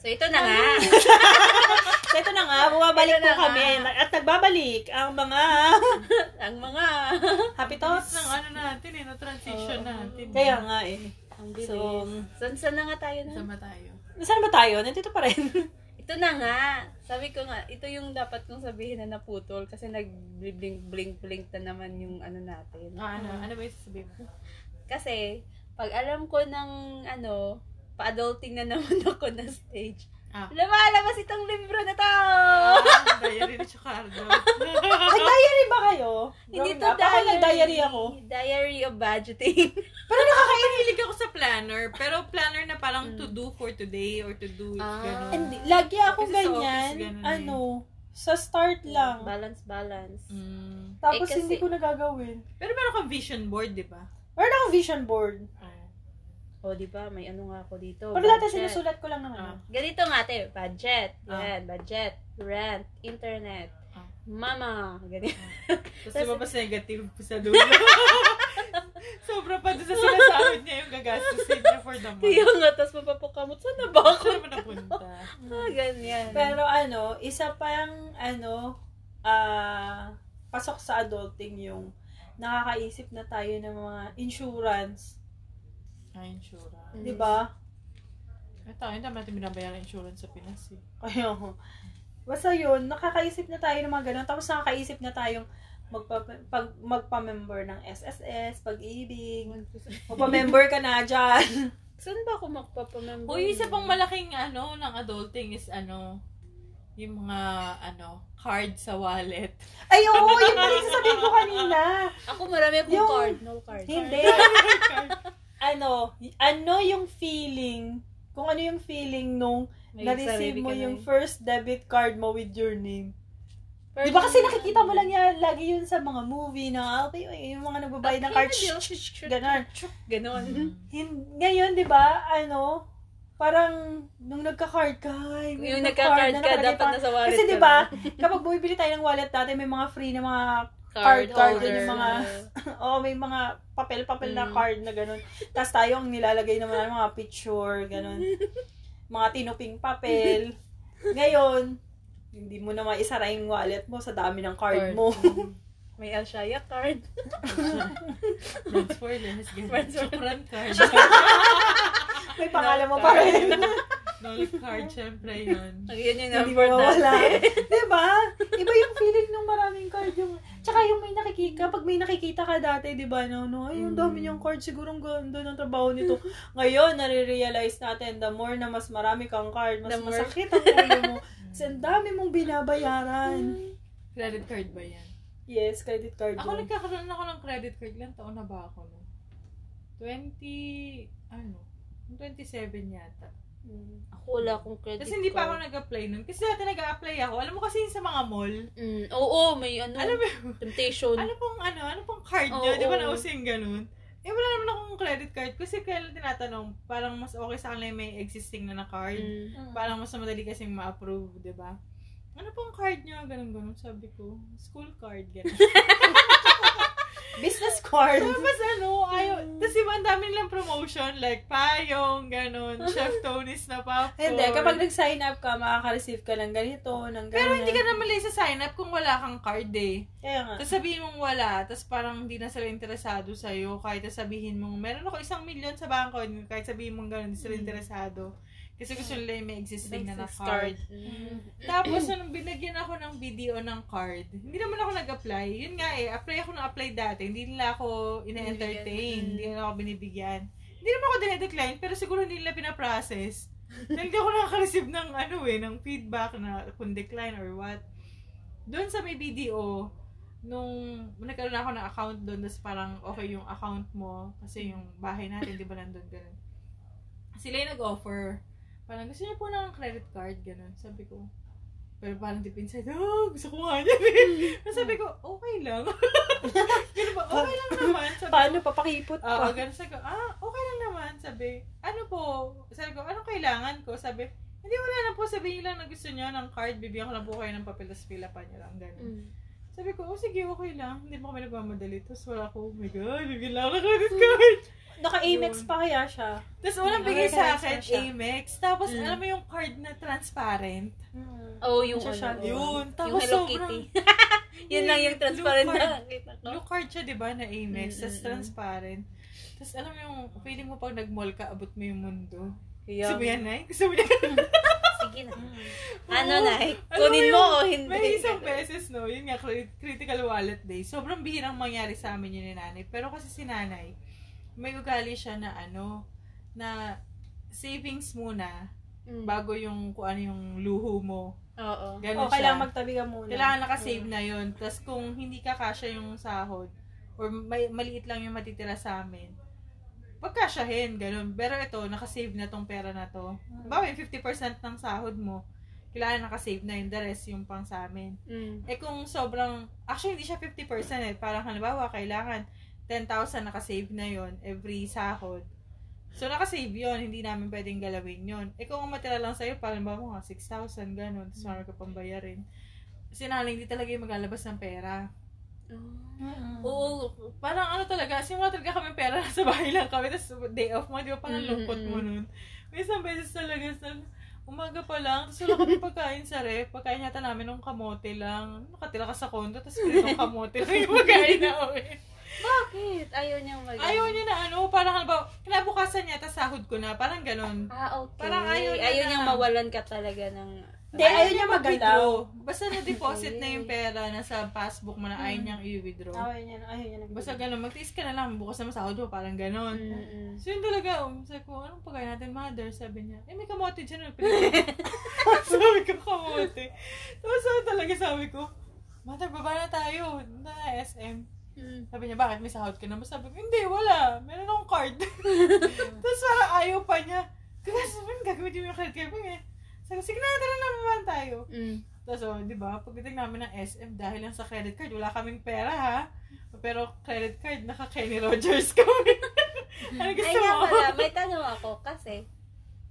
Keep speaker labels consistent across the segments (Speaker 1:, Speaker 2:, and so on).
Speaker 1: So, ito na nga.
Speaker 2: So ito na nga,
Speaker 1: Ito
Speaker 2: bumabalik
Speaker 1: na
Speaker 2: po kami.
Speaker 1: nga.
Speaker 2: At nagbabalik ang mga
Speaker 1: ang mga...
Speaker 2: happy
Speaker 3: Tapos
Speaker 2: thoughts.
Speaker 3: ng ano natin eh, na-transition
Speaker 2: Oo.
Speaker 3: natin.
Speaker 2: Kaya nga eh. So,
Speaker 1: So, san, san na nga tayo na?
Speaker 3: Sama tayo.
Speaker 2: saan ba tayo? Nandito pa rin.
Speaker 1: Ito na nga. Sabi ko nga, ito yung dapat kong sabihin na naputol kasi nag-blink-blink-blink na naman yung ano natin.
Speaker 3: Ah, ano, ano ba yung sasabihin mo?
Speaker 1: Kasi, pag alam ko ng ano, pa-adulting na naman ako na stage.
Speaker 3: Ah.
Speaker 1: Lumalabas itong libro na to!
Speaker 3: Ah, diary ni Chicardo.
Speaker 2: Ay, diary ba kayo?
Speaker 1: Hindi to
Speaker 2: Growing up? Ako nag-diary ako.
Speaker 1: Diary of budgeting.
Speaker 3: pero nakakahilig ako sa planner. Pero planner na parang to do for today or to do
Speaker 1: Ah.
Speaker 3: ganun.
Speaker 2: Hindi, lagi ako
Speaker 3: Kasi sa
Speaker 2: ganyan.
Speaker 3: office, ganun
Speaker 2: ano, sa start lang.
Speaker 1: balance, balance.
Speaker 3: Mm.
Speaker 1: Eh,
Speaker 2: Tapos
Speaker 1: kasi-
Speaker 2: hindi ko nagagawin.
Speaker 3: Pero meron kang vision board, di ba?
Speaker 2: Meron akong vision board.
Speaker 1: O, di ba? May ano nga ako dito.
Speaker 2: Pero lahat
Speaker 1: budget.
Speaker 2: sinusulat ko lang naman.
Speaker 3: Ah.
Speaker 1: Ganito nga, te. Budget.
Speaker 3: Ah.
Speaker 1: Yan, budget. Rent. Internet.
Speaker 3: Ah.
Speaker 1: Mama. Ganito.
Speaker 3: Tapos
Speaker 1: Tas-
Speaker 3: diba mas negative po sa dulo? Sobra pa doon sa sinasahod niya yung gagastusin niya for the month.
Speaker 1: Kaya nga, tapos mapapakamot. Saan na ba ako?
Speaker 3: Saan naman napunta?
Speaker 1: Ah, ganyan.
Speaker 2: Pero ano, isa pang ano, ah pasok sa adulting yung nakakaisip na tayo ng mga insurance.
Speaker 3: Ah, insurance.
Speaker 2: Di ba?
Speaker 3: Ito, hindi naman natin binabayaran insurance sa Pinas eh.
Speaker 2: Kaya, basta yun, nakakaisip na tayo ng mga ganun. Tapos nakakaisip na tayong magpa, pag, magpa-member ng SSS, pag-ibig, magpa-member ka na dyan.
Speaker 1: Saan ba ako magpapamember?
Speaker 3: Uy, isa pang malaking ano ng adulting is ano, yung mga ano, card sa wallet.
Speaker 2: Ay, oo, yun pala yung sasabihin ko kanina.
Speaker 1: Ako marami akong
Speaker 2: Yung-
Speaker 1: card. No card.
Speaker 2: Hindi. ano, ano yung feeling, kung ano yung feeling nung
Speaker 1: May
Speaker 2: na-receive
Speaker 1: sarili
Speaker 2: mo
Speaker 1: ka na
Speaker 2: yung
Speaker 1: eh.
Speaker 2: first debit card mo with your name.
Speaker 1: First
Speaker 2: Di ba kasi
Speaker 1: time.
Speaker 2: nakikita mo lang yan, lagi yun sa mga movie na, okay, yung mga nagbabayad ng
Speaker 1: Ay,
Speaker 2: card,
Speaker 1: yun,
Speaker 2: shh,
Speaker 1: yun,
Speaker 2: shh,
Speaker 1: yun,
Speaker 2: ganon.
Speaker 3: Mm.
Speaker 2: Mm-hmm.
Speaker 1: Ganon.
Speaker 2: Hin- Ngayon, di ba, ano, parang nung nagka-card ka, ay, may
Speaker 1: Yung nagka-card ka,
Speaker 2: nagka-card nakalagay
Speaker 1: dapat
Speaker 2: pa.
Speaker 1: nasa wallet
Speaker 2: Kasi
Speaker 1: ka
Speaker 2: di ba, kapag bumibili tayo ng wallet dati, may mga free na mga, Card, card, yun yung mga- oh, may mga papel-papel na
Speaker 1: Mm.
Speaker 2: card na ganun. Tapos tayo ang nilalagay naman ng mga picture, ganun. Mga tinuping papel. Ngayon, hindi mo na maisara yung wallet mo sa dami ng card
Speaker 1: Card.
Speaker 2: mo.
Speaker 1: May Alshaya card.
Speaker 3: Friends for less.
Speaker 1: Friends for
Speaker 3: Chukran card.
Speaker 2: May pangalan mo
Speaker 1: Love
Speaker 2: pa
Speaker 1: card.
Speaker 2: rin.
Speaker 3: Nol card, syempre yun.
Speaker 1: Ang yun yung
Speaker 2: Hindi
Speaker 1: number
Speaker 2: mo wala.
Speaker 1: natin.
Speaker 2: diba? Iba yung feeling nung maraming card yung... Tsaka yung may nakikita, kapag may nakikita ka dati, diba, no, no, ay, yung dami niyang card, siguro ang ganda ng trabaho nito. Ngayon, nare-realize natin, the more na mas marami kang card, mas
Speaker 1: The more-
Speaker 2: masakit ang ulo mo. Kasi ang dami mong binabayaran.
Speaker 3: Credit card ba yan?
Speaker 2: Yes, credit card
Speaker 3: Ako
Speaker 2: yun.
Speaker 3: nagkakaroon ako ng credit card. Ilang taon na ba ako nun? 20, ano? 27 yata.
Speaker 2: Mm.
Speaker 1: Ako wala akong credit
Speaker 3: Kasi hindi pa ako
Speaker 1: card.
Speaker 3: nag-apply nun. Kasi dati nag-apply ako. Alam mo kasi yun sa mga mall.
Speaker 1: Mm, oo, may ano,
Speaker 3: Alam mo,
Speaker 1: temptation.
Speaker 3: ano pong ano, ano pong card nyo?
Speaker 1: Oo,
Speaker 3: Di ba
Speaker 1: oo.
Speaker 3: nauso yung ganun? Eh, wala naman akong credit card. Kasi kaya lang tinatanong, parang mas okay sa kanila yung may existing na na card.
Speaker 1: Mm.
Speaker 3: Parang mas madali kasing ma-approve, di ba? Ano pong card nyo? Ganun, ganun. Sabi ko, school card, ganun.
Speaker 2: Business card.
Speaker 3: Tapos ano, ayaw. Tapos diba, ang dami nilang promotion, like payong, ganun, Chef Tony's na popcorn.
Speaker 2: Hindi, kapag nag-sign up ka, makaka-receive ka ng ganito, ng ganyan.
Speaker 3: Pero hindi ka naman lang sa sign up kung wala kang card eh.
Speaker 2: Kaya nga.
Speaker 3: Tapos sabihin mong wala, tapos parang hindi na sila interesado sa'yo. Kahit na sabihin mong, meron ako isang milyon sa bangko, kahit sabihin mong ganun, hindi sila interesado. Kasi gusto nila yung Mm. may existing na na
Speaker 1: Business
Speaker 3: card.
Speaker 1: Mm.
Speaker 3: Tapos, nung binagyan ako ng video ng card, hindi naman ako nag-apply. Yun nga eh, apply ako ng apply dati. Hindi nila ako
Speaker 1: Binibigyan.
Speaker 3: ina-entertain. Hindi nila ako binibigyan. Hindi naman ako dinedecline, pero siguro hindi nila pinaprocess. Dahil hindi ako nakaka-receive ng ano eh, ng feedback na kung decline or what. Doon sa may BDO, nung nagkaroon ako ng account doon, tapos parang okay yung account mo, kasi yung bahay natin, di ba nandun ganun. Sila yung nag-offer. Parang gusto niyo po ng credit card, ganun. Sabi ko, pero parang deep inside, oh, gusto ko nga niya. Tapos sabi ko, okay lang. Ganun ba, okay lang naman. Sabi ko,
Speaker 2: Paano, papakipot
Speaker 3: Oo,
Speaker 2: pa.
Speaker 3: ganun. Sabi ko, ah, okay lang naman. Sabi, ano po? Sabi ko, anong kailangan ko? Sabi, hindi, wala na po. Sabihin niyo lang na gusto niyo ng card. Bibigyan ko lang po kayo ng papel, tapos pila pa niyo lang. Ganun.
Speaker 1: Mm.
Speaker 3: So, Sabi ko, oh sige, okay lang. Hindi mo kami nagmamadali. Tapos wala ko, oh my God, bigyan lang ako ng credit
Speaker 1: Hmm.
Speaker 3: card.
Speaker 2: Naka-Amex pa kaya siya.
Speaker 3: Tapos walang bigay sa akin, Amex. Tapos
Speaker 1: Mm.
Speaker 3: alam mo yung card na transparent?
Speaker 1: Oh, yung
Speaker 2: Siya siya.
Speaker 1: ano.
Speaker 3: Yun. Tapos
Speaker 1: yung Hello
Speaker 3: sobrang,
Speaker 1: Kitty. yun lang yung transparent
Speaker 3: Blue
Speaker 1: na nakita ko.
Speaker 3: Blue card siya, di ba, na Amex.
Speaker 1: Mm,
Speaker 3: Tapos
Speaker 1: mm, mm.
Speaker 3: transparent. Tapos alam mo yung, feeling mo pag nag-mall ka, abot mo yung mundo.
Speaker 1: Kaya-
Speaker 3: Gusto mo yan, Nay? Gusto mo yan?
Speaker 1: Sige na. Ano na,
Speaker 3: Alam
Speaker 1: kunin mo
Speaker 3: Mm. yung-
Speaker 1: o hindi.
Speaker 3: May isang beses, no, yun nga, cri- critical wallet day. Sobrang bihirang mangyari sa amin yun ni nanay. Pero kasi si nanay, may ugali siya na ano, na savings muna
Speaker 1: Mm.
Speaker 3: bago yung kung ano yung luho mo.
Speaker 1: Oo.
Speaker 3: Ganun
Speaker 2: O,
Speaker 3: siya.
Speaker 2: Oh, kailangan magtabi ka muna.
Speaker 3: Kailangan nakasave na yun. Tapos kung hindi kakasya yung sahod, or may, maliit lang yung matitira sa amin, pagkasyahin, ganun. Pero ito, nakasave na tong pera na to.
Speaker 2: Mm.
Speaker 3: Bawa yung 50% ng sahod mo, kailangan nakasave na yun. The rest yung pang sa amin.
Speaker 1: Mm.
Speaker 3: Eh kung sobrang, actually hindi siya 50% eh. Parang halimbawa, kailangan 10,000 nakasave na yon every sahod. So nakasave yon hindi namin pwedeng galawin yon Eh kung ang matira lang sa'yo, parang ba mo 6,000, ganun. Tapos marami ka pang bayarin. Sinaling, hindi talaga yung maglalabas ng pera.
Speaker 1: Oh.
Speaker 2: Oo.
Speaker 3: Oo, parang ano talaga, simula talaga kami pera sa bahay lang kami, tapos day off mo, di ba,
Speaker 1: Mm,
Speaker 3: parang lungkot mo
Speaker 1: mm,
Speaker 3: nun. May isang beses talaga, sa umaga pa lang, tapos wala kami pagkain sa ref, pagkain yata namin ng kamote lang, nakatira ka sa kondo, tapos pritong kamote lang yung pagkain na
Speaker 1: Bakit? Ayaw niyang mag-
Speaker 3: Ayaw niya na ano, parang halimbawa, kinabukasan niya, tapos sahod ko na, parang ganun.
Speaker 1: Ah, okay.
Speaker 3: Parang ayaw niya na.
Speaker 1: niyang mawalan ka talaga ng...
Speaker 2: Hindi, ayaw niya magalaw.
Speaker 3: mag-withdraw. Basta na-deposit na yung pera nasa passbook mo
Speaker 2: Mm.
Speaker 3: na ayaw niyang i-withdraw.
Speaker 2: Ayaw niya, ayaw niya. nag-
Speaker 3: Basta ganun, magtiis ka na lang, bukas na masahod mo, parang ganun.
Speaker 2: Mm.
Speaker 1: Mm-mm.
Speaker 3: So yun talaga, um, sabi ko, anong pagkain natin, mother? Sabi niya, eh, may kamote dyan. ano, pinag- sabi ko, kamote. Tapos so, talaga sabi ko, mother, baba na tayo, na SM.
Speaker 1: Mm.
Speaker 3: Sabi niya, bakit may sahod ka naman? Sabi ko, hindi, wala. Meron akong card. Tapos parang ayaw pa niya. Kaya sabi niya, gagawin niyo yung card card mo eh. Sabi ko, sige na, tara na, naman tayo.
Speaker 1: Mm.
Speaker 3: Tapos, oh, di ba, pagdating namin ng SM, dahil lang sa credit card, wala kaming pera, ha? Pero credit card, naka-Kenny Rogers kami. ano gusto
Speaker 1: Ay, nga
Speaker 3: mo?
Speaker 1: pala, may tanong ako kasi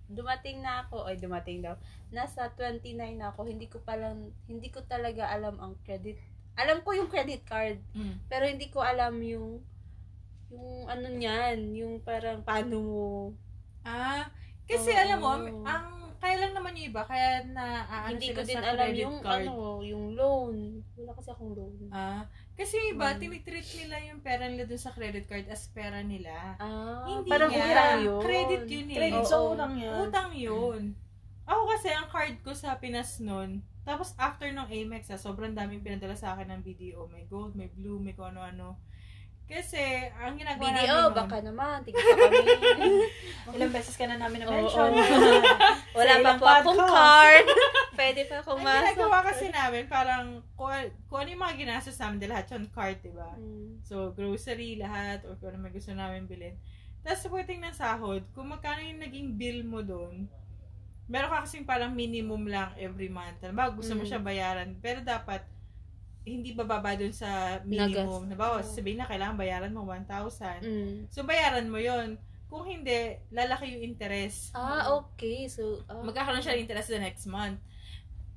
Speaker 1: dumating na ako, ay dumating daw. Nasa 29 na ako, hindi ko palang, hindi ko talaga alam ang credit. Alam ko yung credit card,
Speaker 3: Mm.
Speaker 1: pero hindi ko alam yung yung ano niyan, yung parang paano mo.
Speaker 3: Ah, kasi
Speaker 1: Oo.
Speaker 3: alam mo, ang- ang kaya lang naman yung iba, kaya na aano
Speaker 1: hindi ko
Speaker 3: sila
Speaker 1: din
Speaker 3: sa
Speaker 1: alam
Speaker 3: credit
Speaker 1: yung
Speaker 3: card.
Speaker 1: ano, yung loan. Wala kasi akong loan.
Speaker 3: Ah, kasi yung iba,
Speaker 1: Mm.
Speaker 3: tinitreat nila yung pera nila dun sa credit card as pera nila.
Speaker 1: Ah,
Speaker 3: Hindi
Speaker 1: parang
Speaker 3: nga.
Speaker 1: utang yun.
Speaker 3: Credit yun eh.
Speaker 2: Credit
Speaker 1: Oo.
Speaker 2: sa unang yan.
Speaker 3: Utang yun. Ako kasi, ang card ko sa Pinas nun, tapos after nung Amex, ah, sobrang daming pinadala sa akin ng BDO. May gold, may blue, may kung ano-ano. Kasi, ang ginagawa namin
Speaker 1: BDO,
Speaker 3: nun-
Speaker 1: oh, baka naman, tigil pa kami.
Speaker 2: Ilang beses ka na
Speaker 1: Oo.
Speaker 2: namin na-mention.
Speaker 1: Wala
Speaker 2: Sa
Speaker 1: pa
Speaker 2: ilang
Speaker 1: po akong
Speaker 2: podcast.
Speaker 1: card. Pwede pa akong
Speaker 3: Ang
Speaker 1: masok.
Speaker 3: ginagawa kasi namin, parang, kung, kung ano yung mga ginastos namin, dahil lahat yun card, diba?
Speaker 1: Mm.
Speaker 3: So, grocery, lahat, or kung ano may gusto namin bilhin. Tapos, supporting ng sahod, kung magkano yung naging bill mo doon, meron ka kasing parang minimum lang every month. Alam ba, gusto mo
Speaker 1: Mm.
Speaker 3: siya bayaran, pero dapat, hindi bababa doon sa minimum.
Speaker 1: Nagas.
Speaker 3: Nabawa,
Speaker 1: Oo.
Speaker 3: sabihin na, kailangan bayaran mo 1,000.
Speaker 1: Mm.
Speaker 3: So, bayaran mo yon Kung hindi, lalaki yung interest.
Speaker 1: Ah, okay. So, ah.
Speaker 3: Magkakaroon siya ng interest the next month.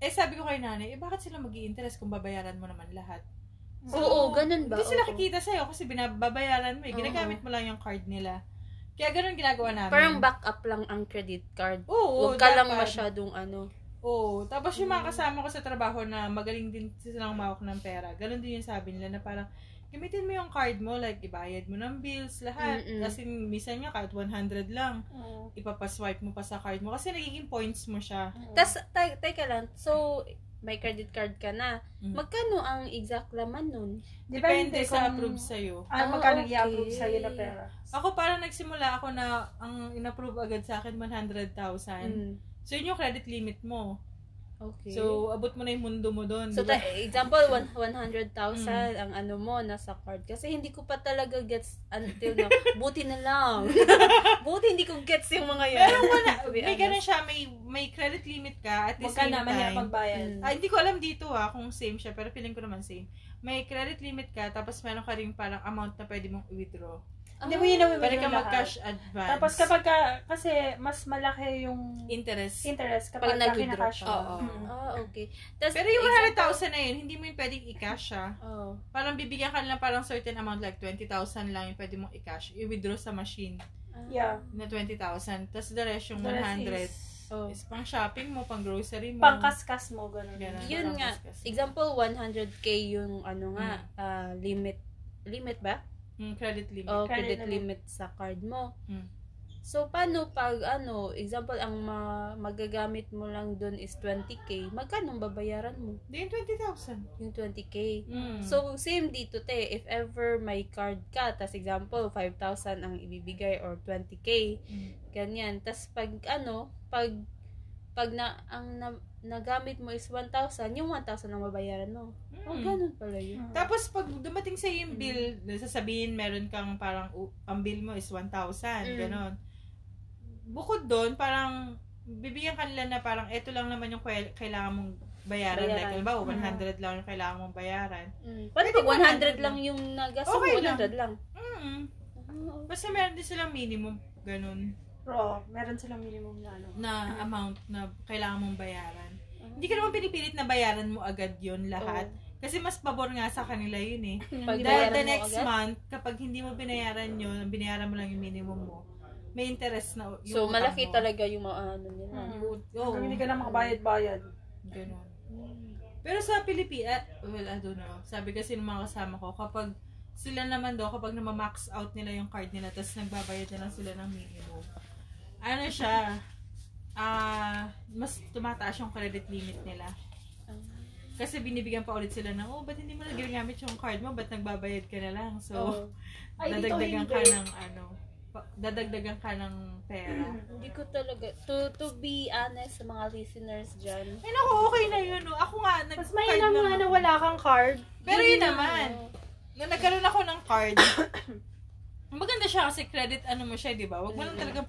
Speaker 3: Eh, sabi ko kay nanay, eh, bakit sila mag interest kung babayaran mo naman lahat?
Speaker 1: Oo, oo, ganun ba?
Speaker 3: Hindi sila
Speaker 1: Oo.
Speaker 3: kikita sa'yo kasi binababayaran mo eh. Ginagamit mo lang yung card nila. Kaya ganun ginagawa namin.
Speaker 1: Parang backup lang ang credit card.
Speaker 3: Oo,
Speaker 1: Huwag ka lang Hmm.
Speaker 3: dapat.
Speaker 1: masyadong ano.
Speaker 3: Oo. Tapos yung mga kasama ko sa trabaho na magaling din silang mawak ng pera, ganun din yung sabi nila na parang, gamitin mo yung card mo, like, ibayad mo ng bills, lahat.
Speaker 1: Mm-mm.
Speaker 3: Kasi minsan nga, kahit 100 lang,
Speaker 2: Oo.
Speaker 3: ipapaswipe mo pa sa card mo. Kasi nagiging points mo siya.
Speaker 1: Tapos, tay- teka lang. So, may credit card ka na.
Speaker 3: Mm.
Speaker 1: Magkano ang exact laman nun?
Speaker 3: Depende, sa
Speaker 2: kung-
Speaker 3: approve sa'yo.
Speaker 1: Ah,
Speaker 2: Ah, magkano
Speaker 1: okay.
Speaker 2: i-approve sa'yo na pera.
Speaker 3: Ako parang nagsimula ako na ang inapprove agad sa akin 100,000.
Speaker 1: Mm.
Speaker 3: So yun yung credit limit mo.
Speaker 1: Okay. So,
Speaker 3: So abot mo na yung mundo mo doon.
Speaker 1: so
Speaker 3: di ba?
Speaker 1: ta- example, one- 100,000
Speaker 3: Mm.
Speaker 1: ang ano mo nasa card. Kasi hindi ko pa talaga gets until now. Buti na lang. Buti hindi ko gets yung mga yan.
Speaker 3: Meron ko na,
Speaker 1: To be
Speaker 3: may
Speaker 1: honest.
Speaker 3: ganun siya, may, may credit limit ka at the
Speaker 2: Huwag ka
Speaker 3: same
Speaker 2: na
Speaker 3: time.
Speaker 2: mahiya pagbayad.
Speaker 1: Mm.
Speaker 3: Ah, hindi ko alam dito ah kung same siya, pero feeling ko naman same. May credit limit ka, tapos meron ka rin parang amount na pwede mong withdraw.
Speaker 2: Hindi mo yun
Speaker 1: Ah.
Speaker 2: na
Speaker 3: Pwede ka
Speaker 2: yung lahat.
Speaker 3: mag-cash advance.
Speaker 2: Tapos kapag ka, kasi mas malaki yung
Speaker 3: Interest.
Speaker 2: interest
Speaker 1: Pag
Speaker 2: kapag ka
Speaker 1: nag-withdraw
Speaker 2: kinakash
Speaker 1: ka.
Speaker 2: mo.
Speaker 3: Oo.
Speaker 2: Mm.
Speaker 1: Ah, okay. Tas,
Speaker 3: Pero yung
Speaker 1: example-
Speaker 3: 100,000 na yun, hindi mo yun pwedeng i-cash ah.
Speaker 1: Oo.
Speaker 3: Parang bibigyan ka lang parang certain amount, like 20,000 lang yung pwede mong i-cash. I-withdraw sa machine
Speaker 1: Ah.
Speaker 2: Yeah.
Speaker 3: na 20,000. Tapos the rest yung
Speaker 2: The rest
Speaker 3: 100. Is,
Speaker 2: is
Speaker 1: Oo.
Speaker 3: pang shopping mo, pang grocery mo.
Speaker 2: Pangkaskas mo, ganun.
Speaker 3: Ganun.
Speaker 1: Yun nga.
Speaker 3: Pangkaskas.
Speaker 1: Example, 100k yung ano nga, ah, limit. Limit ba?
Speaker 3: Mm, credit limit.
Speaker 1: O
Speaker 2: Credit
Speaker 1: credit limit
Speaker 2: limit.
Speaker 1: sa card mo.
Speaker 3: Mm.
Speaker 1: So, paano pag ano, example, ang ma- magagamit mo lang dun is 20k, magkano ang babayaran mo?
Speaker 3: Then 20,000.
Speaker 1: Yung 20k.
Speaker 3: Mm.
Speaker 1: So, same dito te, if ever may card ka, tas example, 5,000 ang ibibigay or 20k,
Speaker 3: Mm.
Speaker 1: ganyan. Tas pag ano, pag pag na, ang na, nagamit mo is 1,000, yung 1,000 ang babayaran mo.
Speaker 3: Mm.
Speaker 1: Oh, ganun pala yun.
Speaker 2: Mm.
Speaker 3: Tapos pag dumating sa yung bill, sasabihin meron kang parang u- ang bill mo is
Speaker 1: Mm.
Speaker 3: 1,000, ganon. Bukod doon, parang bibigyan kanila na parang eto lang naman yung kwel- kailangan mong bayaran.
Speaker 1: Bayaran.
Speaker 3: Like, halimbawa,
Speaker 2: Mm.
Speaker 3: 100 lang yung kailangan mong bayaran.
Speaker 1: Mm. Paano
Speaker 3: Hmm. Pwede
Speaker 1: pag 100
Speaker 3: 100
Speaker 1: lang yung nagastos
Speaker 3: Okay
Speaker 1: mo?
Speaker 3: lang.
Speaker 1: 100 lang.
Speaker 3: Mm.
Speaker 1: Ah,
Speaker 3: Basta meron din silang minimum, ganun,
Speaker 2: Pero, meron silang minimum na ano.
Speaker 3: na
Speaker 1: Mm-hmm.
Speaker 3: amount na kailangan mong bayaran.
Speaker 1: Ah.
Speaker 3: Hindi ka naman pinipilit na bayaran mo agad yon lahat.
Speaker 1: Oo.
Speaker 3: Kasi mas pabor nga sa kanila yun eh.
Speaker 1: Pag
Speaker 3: Dahil
Speaker 1: Oh. bayaran
Speaker 3: the
Speaker 1: mo
Speaker 3: next
Speaker 1: agad?
Speaker 3: month, kapag hindi mo binayaran yun, binayaran mo lang yung minimum mo, may interest na yung
Speaker 1: So,
Speaker 3: utang
Speaker 1: malaki
Speaker 3: mo.
Speaker 1: talaga yung mga ano nila.
Speaker 2: Mm.
Speaker 3: Yung ut- Oo.
Speaker 2: Hanggang hindi ka na makabayad-bayad.
Speaker 3: Ganun. Pero sa Pilipinas, well, I don't know. Sabi kasi ng mga kasama ko, kapag sila naman daw, kapag namamax out nila yung card nila, tapos nagbabayad na lang sila ng minimum. Ano siya, ah, mas tumataas yung credit limit nila. Kasi binibigyan pa ulit sila ng, oh, ba't hindi mo na ginagamit yung card mo? Ba't nagbabayad ka na lang? So,
Speaker 1: Oo.
Speaker 2: Oh. Ay, dito
Speaker 3: dadagdagan ka
Speaker 2: hindi.
Speaker 3: ng ano, pa- dadagdagan ka ng pera.
Speaker 1: Hindi ko talaga. To, to be honest sa mga listeners dyan.
Speaker 3: Ay, naku, okay na yun. No. Ako nga, nag
Speaker 2: Mas mainam nga na wala kang card.
Speaker 3: Pero yun
Speaker 1: na,
Speaker 3: naman,
Speaker 1: ano.
Speaker 3: na nagkaroon ako ng card, maganda siya kasi credit ano mo siya, di ba? Huwag mo lang talagang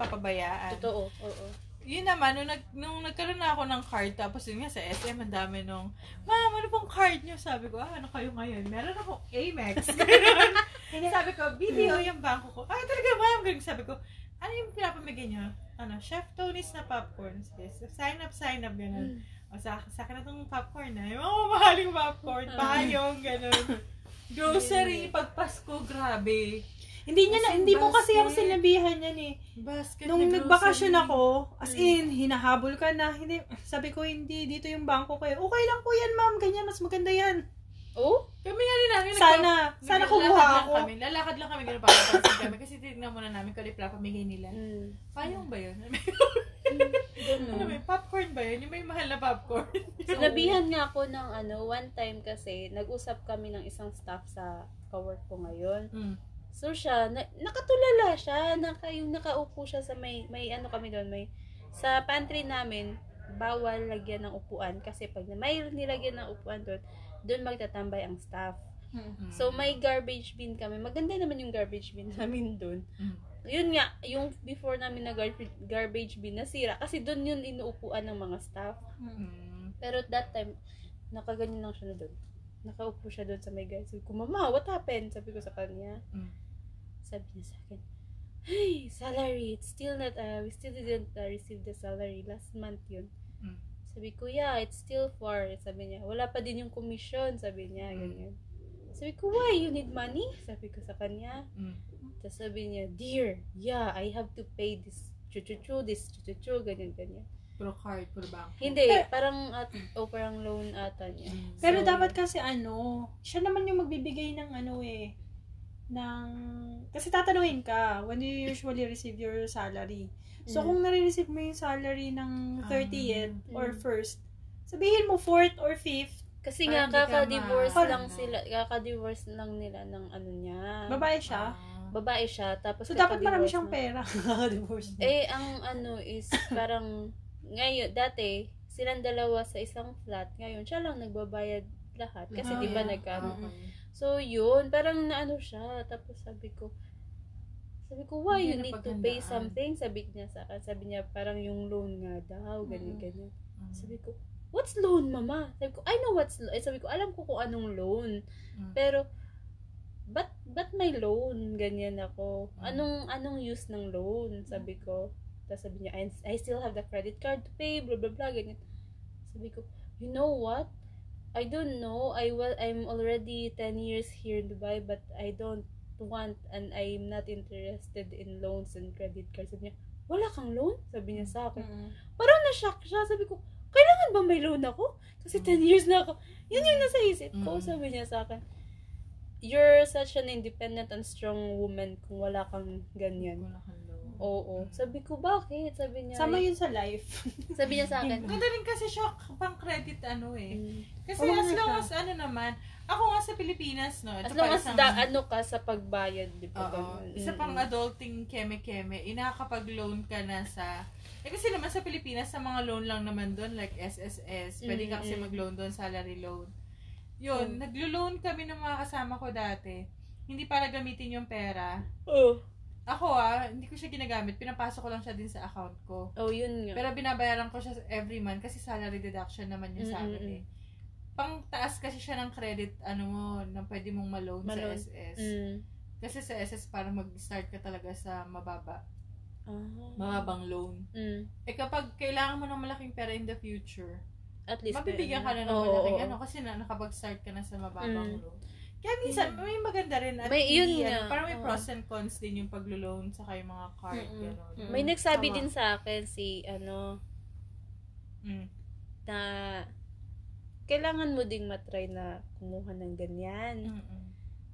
Speaker 1: Ano?
Speaker 3: papabayaan.
Speaker 1: Totoo. Oo.
Speaker 3: Yun naman, nung, nag, nung nagkaroon na ako ng card, tapos yun nga sa SM, ang dami nung, Ma'am, ano pong card nyo? Sabi ko, ah, ano kayo ngayon? Meron akong Amex. Ganun. sabi ko, BDO yung bangko ko. Ah, talaga, ma'am. Ganun. Sabi ko, ano yung pinapamigay nyo? Ano, Chef Tony's na popcorn. Sige, so sign up, sign up, ganun.
Speaker 2: Hmm.
Speaker 3: O, sa, sa akin na tong popcorn na. Yung mga mahaling popcorn,
Speaker 2: Ah.
Speaker 3: payong, ganun. Grocery, pagpasko, grabe.
Speaker 2: Hindi niya na,
Speaker 3: Kasi
Speaker 2: hindi mo kasi ako
Speaker 3: basket.
Speaker 2: sinabihan yan eh.
Speaker 3: Basket
Speaker 2: Nung
Speaker 3: na
Speaker 2: nagbakasyon
Speaker 3: grocery. Mm.
Speaker 2: ako, as in, hinahabol ka na. Hindi, sabi ko, hindi, dito yung bangko ko eh. Okay lang po yan, ma'am. Ganyan, mas maganda yan.
Speaker 1: Oh?
Speaker 3: Kami nga rin ah, namin, nagpa-
Speaker 2: Sana, sana kumuha
Speaker 3: Naglalakad lang
Speaker 2: ako.
Speaker 3: Kami. Lalakad lang kami ganun para mapansin kami kasi tinignan muna namin kung ano yung pinapamigay nila.
Speaker 1: Mm.
Speaker 3: Payong ba yun? ano
Speaker 1: Ganun.
Speaker 3: may popcorn ba yun? Yung may mahal na popcorn.
Speaker 1: Sinabihan nga ako ng ano, one time kasi, nag-usap kami ng isang staff sa kawork ko ngayon.
Speaker 3: Mm.
Speaker 1: So siya, na, nakatulala siya, naka, yung nakaupo siya sa may, may ano kami doon, may, sa pantry namin, bawal lagyan ng upuan kasi pag na- may nilagyan ng upuan doon, doon magtatambay ang staff.
Speaker 3: mm.
Speaker 1: So may garbage bin kami. Maganda naman yung garbage bin namin doon.
Speaker 3: Mm.
Speaker 1: Yun nga, yung before namin na gar- garbage bin nasira kasi doon yun inuupuan ng mga staff.
Speaker 3: Mm.
Speaker 1: Pero at that time, nakaganyan lang siya na doon. Nakaupo siya doon sa may guys. Sabi ko, Mama, what happened? Sabi ko sa kanya.
Speaker 3: Mm.
Speaker 1: Sabi niya sa akin, Hey, salary. It's still not, uh, we still didn't uh, receive the salary. Last month yun.
Speaker 3: Mm.
Speaker 1: Sabi ko, yeah, it's still for. Sabi niya, wala pa din yung commission. Sabi niya,
Speaker 3: Mm.
Speaker 1: ganyan. Sabi ko, why? You need money? Sabi ko sa kanya.
Speaker 3: Mm.
Speaker 1: Tapos sabi niya, dear, yeah, I have to pay this chuchuchu, this chuchuchu, ganyan, ganyan.
Speaker 3: Puro card, puro bank.
Speaker 1: Hindi,
Speaker 2: Pero-
Speaker 1: parang, at, o parang loan ata niya.
Speaker 3: Mm.
Speaker 2: Pero
Speaker 1: So,
Speaker 2: dapat kasi ano, siya naman yung magbibigay ng ano eh, ng... Kasi tatanungin ka, when do you usually receive your salary? So,
Speaker 3: Hmm.
Speaker 1: Mm.
Speaker 2: kung nare-receive mo yung salary ng 30th
Speaker 1: Ah.
Speaker 2: or
Speaker 1: Mm.
Speaker 2: 1st, sabihin mo 4th or 5th,
Speaker 1: Kasi
Speaker 3: Parang
Speaker 1: nga,
Speaker 3: hindi ka
Speaker 1: kaka-divorce
Speaker 3: ma-
Speaker 1: lang
Speaker 3: ano.
Speaker 1: sila, kaka-divorce lang nila ng ano niya.
Speaker 2: babae siya.
Speaker 3: Ah.
Speaker 1: Babae siya, tapos
Speaker 2: So, dapat
Speaker 1: kaka-divorce
Speaker 2: marami siyang
Speaker 1: na-
Speaker 2: pera. Kaka-divorce niya.
Speaker 1: Eh, ang ano is parang, ngayon, dati, silang dalawa sa isang flat, ngayon siya lang nagbabayad lahat. Kasi
Speaker 2: Ah,
Speaker 1: di ba
Speaker 2: yeah.
Speaker 1: nagkaroon.
Speaker 3: Okay.
Speaker 1: So, yun, parang naano siya, tapos sabi ko, sabi ko, why you
Speaker 3: Hindi
Speaker 1: need to
Speaker 3: napaghandaan.
Speaker 1: pay something? Sabi niya sa akin, sabi niya, parang yung loan nga daw, ganyan,
Speaker 2: Mm.
Speaker 1: ganyan.
Speaker 3: Mm.
Speaker 1: Sabi ko, what's Eh, loan, mama? Sabi ko, I know what's loan. Sabi ko, alam ko kung anong loan.
Speaker 3: Mm.
Speaker 1: Pero, ba't, ba't may loan? Ganyan ako. Anong, anong use ng loan? Sabi ko. Tapos sabi niya, I, I still have the credit card to pay, blah, blah, blah, ganyan. Sabi ko, you know what? I don't know. I wa- I'm already 10 years here in Dubai, but I don't want and I'm not interested in loans and credit cards. Sabi niya, wala kang loan? Sabi niya sa akin. Parang na-shock siya. Sabi ko, kailangan ba may loan ako? Kasi 10 years na ako. Yun yung nasa isip ko.
Speaker 3: Mm.
Speaker 1: Sabi niya sa akin, you're such an independent and strong woman kung wala kang ganyan.
Speaker 3: Wala kang loan. Mm.
Speaker 1: Oo. Sabi ko, bakit? Sabi niya.
Speaker 2: Sama yun sa life.
Speaker 1: Sabi niya sa akin.
Speaker 3: Ganda rin kasi siya pang credit ano eh.
Speaker 1: "Mm,
Speaker 2: Oo
Speaker 3: Kasi
Speaker 2: nga
Speaker 3: as long
Speaker 2: siya.
Speaker 3: as ano naman, ako nga sa Pilipinas, no?
Speaker 1: As
Speaker 3: ito pa
Speaker 1: long as
Speaker 3: isang-
Speaker 1: da, ano ka sa pagbayad, di ba?
Speaker 3: Oo.
Speaker 1: ganun?
Speaker 3: Isa
Speaker 1: Mm,
Speaker 3: pang
Speaker 1: mm.
Speaker 3: adulting keme-keme, inakakapag-loan ka na sa... Eh kasi naman sa Pilipinas, sa mga loan lang naman doon, like SSS, pwede ka kasi
Speaker 1: Mm, mm.
Speaker 3: mag-loan doon, salary loan. Yun, naglo-loan kami ng mga kasama ko dati. Hindi para gamitin yung pera.
Speaker 1: Oh.
Speaker 3: Ako ah, hindi ko siya ginagamit. Pinapasok ko lang siya din sa account ko.
Speaker 1: Oh, yun nga.
Speaker 3: Pero binabayaran ko siya every month kasi salary deduction naman yun sa
Speaker 1: Mm,
Speaker 3: akin
Speaker 1: mm,
Speaker 3: eh. Pang taas kasi siya ng credit, ano mo, na pwede mong maloan,
Speaker 1: Maloan.
Speaker 3: sa SS.
Speaker 1: Mm.
Speaker 3: Kasi sa SS, parang mag-start ka talaga sa mababa.
Speaker 1: Ah.
Speaker 3: Mababang loan.
Speaker 1: Mm.
Speaker 3: Eh kapag kailangan mo ng malaking pera in the future,
Speaker 1: At least.
Speaker 3: mabibigyan ka na ng
Speaker 1: Oo,
Speaker 3: malaking
Speaker 1: oo.
Speaker 3: ano kasi na nakapag-start ka na sa
Speaker 1: Mm.
Speaker 3: mababang loan. Kaya minsan, may maganda rin. At
Speaker 1: May- yun
Speaker 3: hindi,
Speaker 1: nga.
Speaker 3: ano, parang may
Speaker 1: Oo.
Speaker 3: pros and cons din yung pag-loan sa kay mga card,
Speaker 2: Mm-mm.
Speaker 3: gano'n.
Speaker 2: Mm.
Speaker 1: May nagsabi
Speaker 2: Tama.
Speaker 1: din sa akin si, ano,
Speaker 3: Mm.
Speaker 1: na kailangan mo ding matry na kumuha ng ganyan.
Speaker 3: Mm-mm.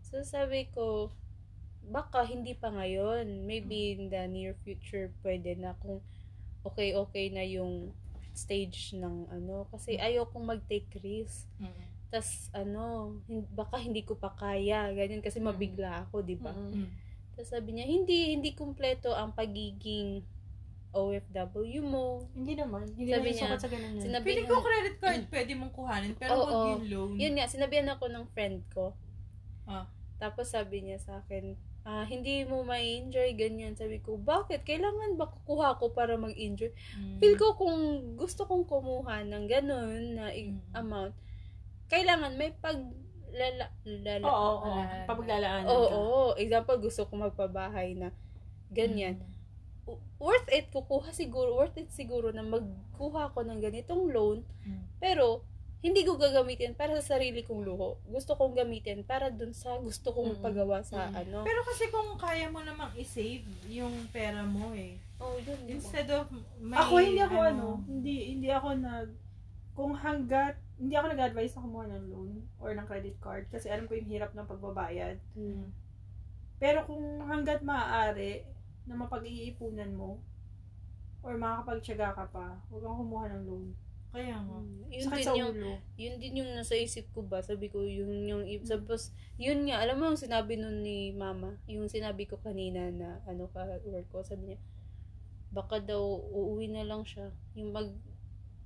Speaker 1: So sabi ko, baka hindi pa ngayon. Maybe in the near future pwede na kung okay-okay na yung stage ng ano. Kasi ayaw kong mag-take risk.
Speaker 3: Mm-mm.
Speaker 1: tas ano, hin- baka hindi ko pa kaya, ganyan kasi mabigla ako, di ba?
Speaker 2: Mm.
Speaker 3: Mm.
Speaker 1: Tapos sabi niya, hindi, hindi kumpleto ang pagiging OFW mo.
Speaker 2: Hindi naman. Hindi
Speaker 1: Sabi
Speaker 2: naman
Speaker 1: niya,
Speaker 2: sukat sa ganun yan.
Speaker 1: Sinabi
Speaker 3: Mm. Feeling ko credit card pwede mong kuhanin, pero
Speaker 1: Mm. Oo.
Speaker 3: wag yung loan.
Speaker 1: yun nga, sinabihan ako ng friend ko.
Speaker 3: Mm. Ah.
Speaker 1: Tapos sabi niya sa akin, "Ah, hindi mo may enjoy ganyan. Sabi ko, bakit? Kailangan ba kukuha ko para mag-enjoy?
Speaker 3: Mm.
Speaker 1: Feel ko kung gusto kong kumuha ng ganun na i-
Speaker 3: Mm.
Speaker 1: amount, kailangan may paglala... lala-
Speaker 2: Oo, oo. oo.
Speaker 3: Wala.
Speaker 2: Papaglaanan
Speaker 1: Oo,
Speaker 2: ka.
Speaker 1: oo. example, gusto ko magpabahay na ganyan.
Speaker 3: Mm.
Speaker 1: W- Worth it, kukuha siguro, worth it siguro na magkuha ko ng ganitong loan,
Speaker 3: Mm.
Speaker 1: pero hindi ko gagamitin para sa sarili kong luho. Gusto kong gamitin para dun sa gusto kong
Speaker 2: Mm.
Speaker 1: pagawa sa
Speaker 2: Mm.
Speaker 1: ano.
Speaker 3: Pero kasi kung kaya mo namang i-save yung pera mo eh.
Speaker 1: Oh, yun. yun.
Speaker 3: Instead of may,
Speaker 2: ako hindi ako ano, hindi hindi ako nag kung hanggat hindi ako nag-advise na kumuha ng loan or ng credit card kasi alam ko yung hirap ng pagbabayad.
Speaker 1: Mm.
Speaker 2: Pero kung hanggat maaari na mapag-iipunan mo or makakapagtiyaga ka pa, huwag kang kumuha ng loan.
Speaker 3: Kaya nga.
Speaker 1: Yun
Speaker 2: Sakit
Speaker 1: din
Speaker 2: sa
Speaker 1: yung,
Speaker 2: ulo.
Speaker 1: yun din yung nasa isip ko ba. Sabi ko, yun yung, tapos, yun nga, alam mo yung sinabi nun ni mama, yung sinabi ko kanina na, ano ka, work ko, sabi niya, baka daw, uuwi na lang siya. Yung mag,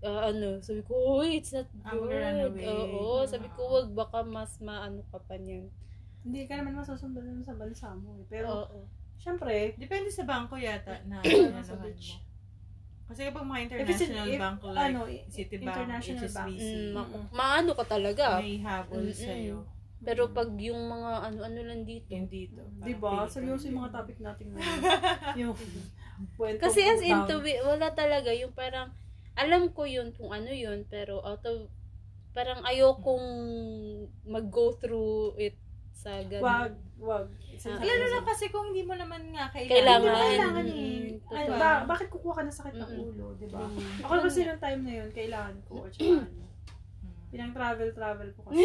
Speaker 1: ah, ano, sabi ko, uy, it's not
Speaker 3: Ah,
Speaker 1: good.
Speaker 3: mag-runaway.
Speaker 1: Oo, sabi ko,
Speaker 3: Ah.
Speaker 1: wag, baka mas maano ka pa niyan.
Speaker 2: Hindi ka naman masusundan sa bansa mo. Eh. Pero,
Speaker 1: Oo.
Speaker 2: syempre,
Speaker 3: Depende sa bangko yata na
Speaker 2: Sa
Speaker 3: inanuhan mo.
Speaker 2: beach.
Speaker 3: Kasi kapag
Speaker 2: If
Speaker 3: mga
Speaker 2: it's-
Speaker 3: international
Speaker 2: if-
Speaker 3: bank like
Speaker 2: ano, i-
Speaker 3: Citibank,
Speaker 2: international Mm. bank.
Speaker 3: HSBC,
Speaker 1: Mm, ma-
Speaker 2: Mm-mm.
Speaker 1: maano ka talaga.
Speaker 3: may habol
Speaker 1: Mm-mm.
Speaker 3: sa'yo.
Speaker 1: Pero pag yung mga ano-ano lang dito.
Speaker 3: Yung dito.
Speaker 2: Di ba?
Speaker 3: parang
Speaker 2: Diba? Seryoso yung
Speaker 3: Pilipino.
Speaker 2: mga topic natin ngayon. yung kwento
Speaker 1: Kasi as in,
Speaker 2: down.
Speaker 1: to be- wala talaga yung parang, alam ko yun kung ano yun, pero out of, parang ayokong mag-go through it sa ganun.
Speaker 2: Wag, wag.
Speaker 1: Ah,
Speaker 3: Lalo na kasi kung hindi mo naman nga
Speaker 1: Kailangan.
Speaker 2: Hindi mo kailangan eh.
Speaker 1: Mm, totoo.
Speaker 2: Ano, ba- bakit kukuha ka ng sakit ng
Speaker 1: Mm-mm.
Speaker 2: ulo, di ba?
Speaker 3: Mm.
Speaker 2: Ako kasi ng time na yun, kailangan ko. At saka ano,
Speaker 3: Mm.
Speaker 2: pinang-travel-travel ko kasi.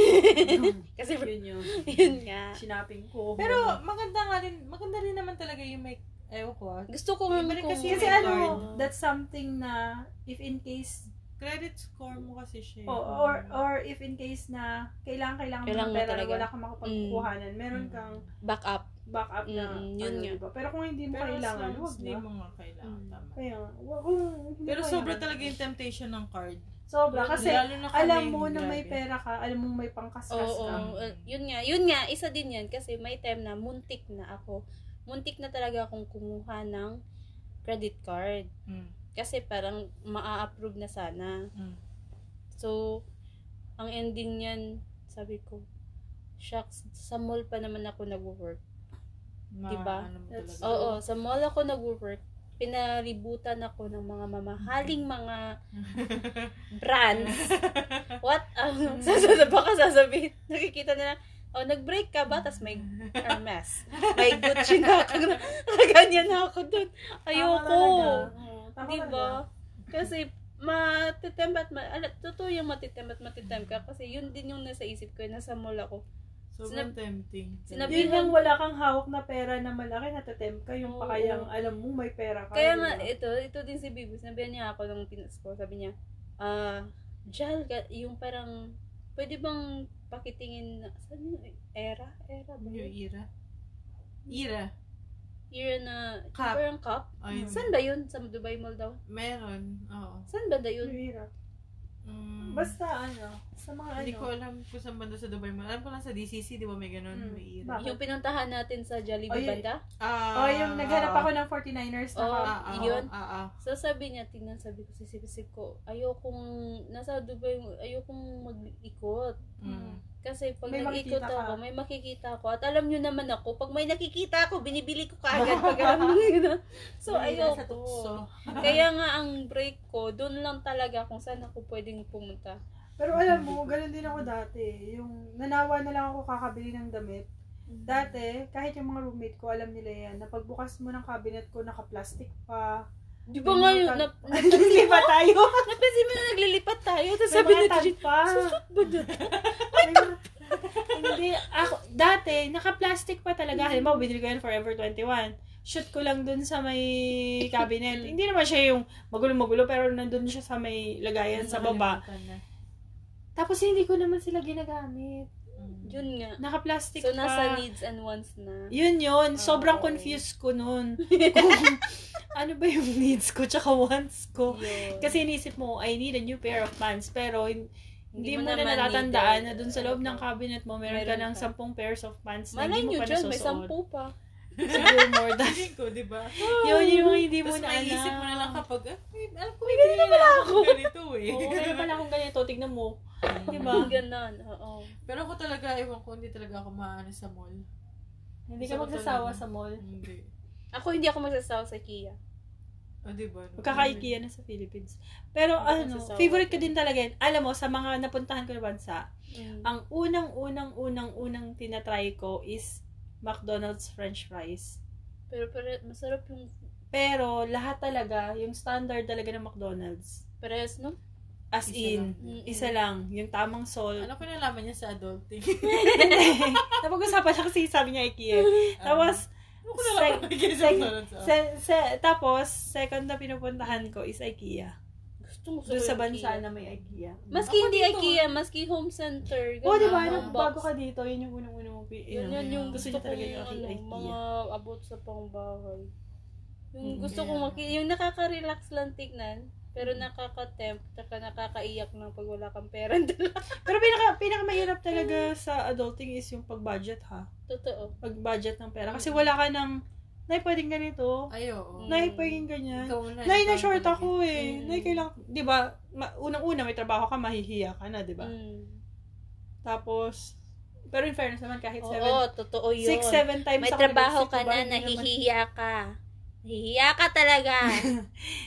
Speaker 1: Kasi,
Speaker 2: yun yun.
Speaker 1: yun nga.
Speaker 2: Sinaping ko.
Speaker 3: Pero maganda nga rin, maganda rin naman talaga yung may, ewan ko ah,
Speaker 1: Gusto ko nga
Speaker 3: Iba rin
Speaker 1: kung...
Speaker 3: kasi
Speaker 2: kasi
Speaker 3: Oh my
Speaker 2: ano,
Speaker 3: God.
Speaker 2: that's something na if in case
Speaker 3: credit score mo kasi siya. eh.
Speaker 2: o- or or if in case na kailangan kailangan mo
Speaker 1: Kailangan
Speaker 2: ng
Speaker 1: mo
Speaker 2: pera
Speaker 1: talaga.
Speaker 2: wala kang makapagkuhanan, meron
Speaker 3: Mm.
Speaker 2: kang
Speaker 1: back up.
Speaker 2: backup na
Speaker 1: Mm-mm, yun
Speaker 2: ano,
Speaker 1: nga.
Speaker 2: diba? Pero kung hindi mo
Speaker 3: Pero as
Speaker 2: kailangan,
Speaker 3: long as
Speaker 2: huwag
Speaker 3: hindi
Speaker 2: na.
Speaker 3: mo nga kailangan,
Speaker 1: Mm.
Speaker 3: tama.
Speaker 2: Kaya, wag, kung hindi
Speaker 3: Pero
Speaker 2: kailangan.
Speaker 3: sobra talaga yung temptation ng card.
Speaker 2: Sobra. Kasi,
Speaker 3: Lalo na kami,
Speaker 2: alam mo na may
Speaker 3: grabe.
Speaker 2: pera ka, alam mo may pangkaskas
Speaker 1: Oo,
Speaker 2: ka.
Speaker 1: oo. Uh, yun nga. Yun nga, isa din yan. Kasi may time na muntik na ako. Muntik na talaga akong kumuha ng credit card.
Speaker 3: Mm.
Speaker 1: Kasi parang maa-approve na sana.
Speaker 3: Mm.
Speaker 1: So, ang ending niyan, sabi ko, shucks, sa mall pa naman ako nag-work.
Speaker 3: Ma-
Speaker 1: Diba?
Speaker 3: ano mo
Speaker 2: That's
Speaker 3: talaga.
Speaker 1: Oo, sa mall ako nag-work. Pinalibutan ako ng mga mamahaling mga brands. What? Um, sasasab- baka sasabihin, nakikita na lang, oh, nag-break ka ba? Tapos may Hermes. May Gucci na ako. Ganyan na ako dun. Ayoko. Diba? Kasi matitembat, ma, ala, totoo yung matitembat, matitem ka. Kasi yun din yung nasa isip ko, nasa mall ako.
Speaker 3: Sobrang
Speaker 1: Sinab-
Speaker 3: tempting.
Speaker 1: sinabi-
Speaker 2: Yun yung wala kang hawak na pera na malaki, natatempt ka yung
Speaker 1: Oo.
Speaker 2: pakayang alam mo may pera ka.
Speaker 1: Kaya
Speaker 2: di
Speaker 1: nga,
Speaker 2: ba?
Speaker 1: ito, ito din si Bibi. Sinabihan niya ako nung pinas ko. Sabi niya, ah, Jal, ga- yung parang, pwede bang pakitingin na, sabi niya, era? Era ba?
Speaker 3: New
Speaker 1: yun?
Speaker 3: era. Era.
Speaker 1: Era na,
Speaker 3: Cup.
Speaker 1: parang cup?
Speaker 3: Ay,
Speaker 2: Hmm.
Speaker 1: Saan ba yun? Sa Dubai Mall daw?
Speaker 3: Meron. Oo.
Speaker 1: Saan ba na yun?
Speaker 2: Elvira.
Speaker 3: Mm,
Speaker 2: Basta ano, sa mga
Speaker 3: Hindi ko
Speaker 2: ano.
Speaker 3: alam kung saan banda sa Dubai. Alam ko lang sa DCC, di ba may ganun?
Speaker 2: Mm.
Speaker 3: May era.
Speaker 2: Bakit?
Speaker 1: Yung pinuntahan natin sa Jollibee
Speaker 2: Ay,
Speaker 1: banda?
Speaker 3: Ah,
Speaker 2: oh, yung naghanap
Speaker 3: ah,
Speaker 2: ako ng 49ers na
Speaker 1: Oo.
Speaker 2: hawak.
Speaker 3: Ah, ah,
Speaker 1: Yun.
Speaker 3: Ah, ah.
Speaker 1: So sabi niya, tingnan sabi ko, sisip-sip ko, ayokong, nasa Dubai, ayokong mag-ikot.
Speaker 2: Hmm.
Speaker 3: Mm.
Speaker 1: Kasi pag
Speaker 2: May
Speaker 1: nag-ikot
Speaker 2: makikita
Speaker 1: ako,
Speaker 2: ka.
Speaker 1: may makikita ako. At alam nyo naman ako, pag may nakikita ako, binibili ko kaagad. Pag alam nyo yun. ah. So,
Speaker 3: May
Speaker 1: ayoko.
Speaker 3: nasa tukso.
Speaker 1: Kaya nga ang break ko, doon lang talaga kung saan ako pwedeng pumunta.
Speaker 2: Pero alam mo, ganun din ako dati. Yung nanawa na lang ako kakabili ng damit. Dati, kahit yung mga roommate ko, alam nila yan, na pagbukas mo ng cabinet ko, naka-plastic pa.
Speaker 1: Di ba nga yun, nap-
Speaker 2: Naglilipa tayo.
Speaker 1: napansin mo na naglilipat tayo, tapos
Speaker 2: May
Speaker 1: sabi
Speaker 2: mga
Speaker 1: na,
Speaker 2: tag Ah. pa.
Speaker 1: ba dyan?
Speaker 2: May mga- Hindi, ako, dati, naka-plastic pa talaga. Halimbawa, binili ko yan Forever 21. Shoot ko lang dun sa may cabinet. Hindi naman siya yung magulo-magulo, pero nandun siya sa may lagayan sa baba.
Speaker 3: Nakalimutan na.
Speaker 2: Tapos hindi ko naman sila ginagamit.
Speaker 3: Mm.
Speaker 1: Yun nga.
Speaker 2: Naka-plastic
Speaker 1: So,
Speaker 2: pa.
Speaker 1: nasa needs and wants na.
Speaker 2: Yun yun. Sobrang
Speaker 1: Oo.
Speaker 2: confused ko nun. Kung ano ba yung needs ko tsaka wants ko.
Speaker 1: Yun.
Speaker 2: Kasi inisip mo, I need a new pair of pants. Pero hin- hindi, mo na
Speaker 1: naman
Speaker 2: natatandaan na
Speaker 1: needed.
Speaker 2: dun sa loob ng cabinet mo, meron, ka
Speaker 1: Meron
Speaker 2: ng
Speaker 1: ka.
Speaker 2: sampung pairs of pants na
Speaker 1: Malay
Speaker 2: hindi
Speaker 1: nyo
Speaker 2: mo pa
Speaker 1: dyan,
Speaker 2: nasusuot.
Speaker 1: may sampu pa.
Speaker 2: Siguro more than.
Speaker 3: Feeling ko, di ba?
Speaker 2: yun yung mga hindi mo
Speaker 3: Tapos
Speaker 2: na
Speaker 3: may
Speaker 2: alam.
Speaker 3: isip mo na lang kapag, ah, may, alam ko, may ganito pala ako. Ganito eh.
Speaker 2: Oo, meron pala akong ganito. Tignan mo. Di ba?
Speaker 1: Ganon, oo.
Speaker 3: Pero ako talaga, ewan ko, hindi talaga ako maano sa mall.
Speaker 2: Hindi ka magsasawa sa mall.
Speaker 3: Hindi.
Speaker 1: Ako hindi ako magsasawa sa Kia.
Speaker 3: O, di ba? no?
Speaker 2: Magkaka-IKEA na sa Philippines. Pero
Speaker 1: Hindi ko
Speaker 2: ano,
Speaker 1: nasasawa.
Speaker 2: favorite ko din talaga yun. Alam mo, sa mga napuntahan ko na bansa,
Speaker 1: Mm.
Speaker 2: ang unang-unang-unang-unang tinatry ko is McDonald's french fries.
Speaker 1: Pero, pero masarap yung
Speaker 2: Pero lahat talaga, yung standard talaga ng McDonald's.
Speaker 1: parehas, no?
Speaker 2: As
Speaker 3: Isa
Speaker 2: in,
Speaker 3: lang. Mm.
Speaker 1: Mm-mm.
Speaker 2: isa lang, yung tamang salt.
Speaker 3: Ano ko nalaman niya sa adulting?
Speaker 2: Napag-usapan siya kasi sabi niya IKEA. Tapos,
Speaker 3: Ah. Ano ko nalaman niya sa
Speaker 2: sec-
Speaker 3: adulting?
Speaker 2: se- se- tapos, second na pinupuntahan ko is IKEA.
Speaker 1: Gusto mo
Speaker 2: Doon sa bansa na may IKEA.
Speaker 1: Maski
Speaker 3: Ako
Speaker 1: hindi
Speaker 3: dito.
Speaker 1: IKEA, maski home center.
Speaker 2: Oo, oh, di ba?
Speaker 1: ganun,
Speaker 2: Nung
Speaker 1: box.
Speaker 2: bago ka dito, yun yung unang-unang mo
Speaker 1: Yun,
Speaker 2: piin.
Speaker 1: yun yung
Speaker 3: Gusto
Speaker 1: gusto
Speaker 2: niya
Speaker 1: ko
Speaker 2: talaga
Speaker 1: yung
Speaker 2: yung
Speaker 1: ano,
Speaker 2: IKEA.
Speaker 1: mga abot sa pangbahay.
Speaker 2: Mm,
Speaker 1: Yung gusto
Speaker 3: yeah.
Speaker 1: kong maki- yung nakaka-relax lang tignan, pero nakaka-tempt, taka nakakaiyak ng pag wala kang pera.
Speaker 2: Pero pinaka, pinakamahirap talaga sa adulting is yung pag-budget, ha?
Speaker 1: Totoo.
Speaker 2: pag-budget ng pera. Kasi wala ka ng, nay, pwedeng ganito.
Speaker 3: Ay,
Speaker 1: Mm.
Speaker 3: oo.
Speaker 2: Nay, pwedeng ganyan.
Speaker 3: Ikaw na.
Speaker 2: Nay,
Speaker 3: ikaw
Speaker 2: na short
Speaker 3: talaga.
Speaker 2: ako eh.
Speaker 1: Mm.
Speaker 2: Nay, kailang, di ba, ma- unang-una may trabaho ka, mahihiya ka na, di ba?
Speaker 1: Mm.
Speaker 2: Tapos, pero in fairness naman, kahit
Speaker 1: Oo,
Speaker 2: seven,
Speaker 1: totoo yun.
Speaker 2: six, seven times
Speaker 1: May
Speaker 2: ako
Speaker 1: trabaho
Speaker 2: nag-sit,
Speaker 1: ka
Speaker 2: diba?
Speaker 1: na,
Speaker 2: Hindi naman-
Speaker 1: nahihiya ka. Nahihiya ka talaga.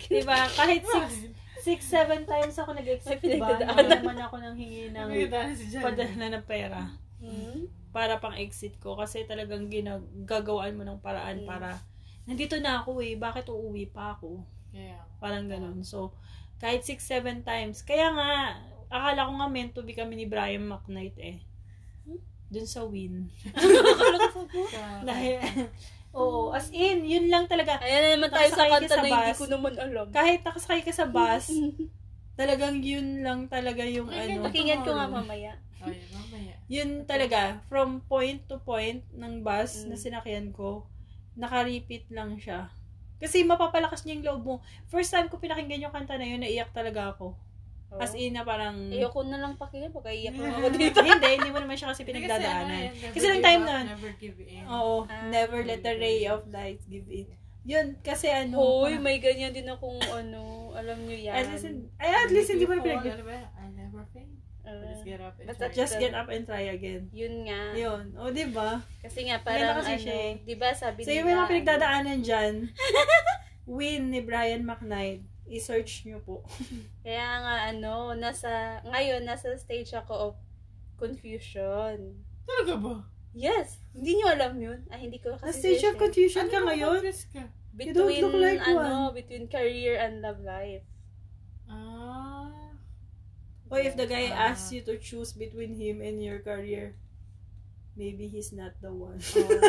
Speaker 2: Di ba, diba? kahit six,
Speaker 3: Six.
Speaker 2: six, seven times ako nag-exit,
Speaker 1: May
Speaker 2: di ba?
Speaker 1: pinagdadaanan.
Speaker 2: naman ako nang hingi ng
Speaker 3: Nagdadaan si Jan.
Speaker 2: padala ng pera
Speaker 1: Hmm?
Speaker 2: para pang exit ko kasi talagang ginag- gagawaan mo ng
Speaker 1: Yes.
Speaker 2: paraan para nandito na ako eh, bakit uuwi pa ako?
Speaker 3: Kaya.
Speaker 2: Parang ganun. So, kahit 6-7 times. Kaya nga, akala ko nga meant to be kami ni Brian McKnight eh. Dun sa win.
Speaker 3: Kaya.
Speaker 2: Dahil, oo, as in, yun lang talaga.
Speaker 1: Ayan na naman tayo sa
Speaker 2: Nakasakay ka
Speaker 1: kanta
Speaker 2: sa
Speaker 1: na hindi
Speaker 2: bus. Ano?
Speaker 1: ko naman alam.
Speaker 2: Kahit nakasakay ka sa bus, talagang yun lang talaga yung
Speaker 3: Ay,
Speaker 2: ano.
Speaker 3: ganun.
Speaker 1: Pakinggan ko nga mamaya.
Speaker 3: Ayun, mamaya.
Speaker 2: Yun talaga, from point to point ng bus
Speaker 1: Mm.
Speaker 2: na sinakyan ko, nakarepeat lang siya. Kasi mapapalakas niya yung loob mo. First time ko pinakinggan yung kanta na yun, naiyak talaga ako.
Speaker 1: Oo.
Speaker 2: As in na parang...
Speaker 1: Oh. Ayoko na lang pakinggan, pag iiyak lang ako dito.
Speaker 2: hindi, hindi mo naman siya kasi pinagdadaanan. Kasi nung time na- Oh,
Speaker 3: na. ano, eh, Never give in.
Speaker 2: Oo,
Speaker 1: Ah.
Speaker 2: never let the ray of light give in. Yun, kasi ano...
Speaker 1: Hoy, may ganyan din akong ano, alam nyo yan.
Speaker 2: at least, ay, at least hindi mo na pinag...
Speaker 3: Ano ba? I never fail. Just get up and
Speaker 1: That's
Speaker 3: try.
Speaker 1: a-
Speaker 2: Just get up and try again.
Speaker 1: Ah, Yun nga.
Speaker 2: Yun. O, di ba?
Speaker 1: Kasi nga parang
Speaker 2: Ganda kasi
Speaker 1: ano,
Speaker 2: siya eh.
Speaker 1: di ba sabi
Speaker 2: So, yung
Speaker 1: nila, ano,
Speaker 2: mga pinagdadaanan dyan, win ni Brian McKnight, i-search nyo po.
Speaker 1: Kaya nga ano, nasa, ngayon nasa stage ako of confusion.
Speaker 3: Talaga ba?
Speaker 1: Yes! Hindi nyo alam yun. Ah, hindi ko kasi
Speaker 2: Sa stage of
Speaker 1: siya-
Speaker 2: confusion ka
Speaker 3: Ano,
Speaker 2: ngayon?
Speaker 3: ma-confess ka?
Speaker 1: Between,
Speaker 2: don't look like
Speaker 1: ano, between career and love life.
Speaker 3: Ah.
Speaker 2: Or if the guy
Speaker 3: Ah.
Speaker 2: asks you to choose between him and your career, maybe he's not the one.
Speaker 3: Oh,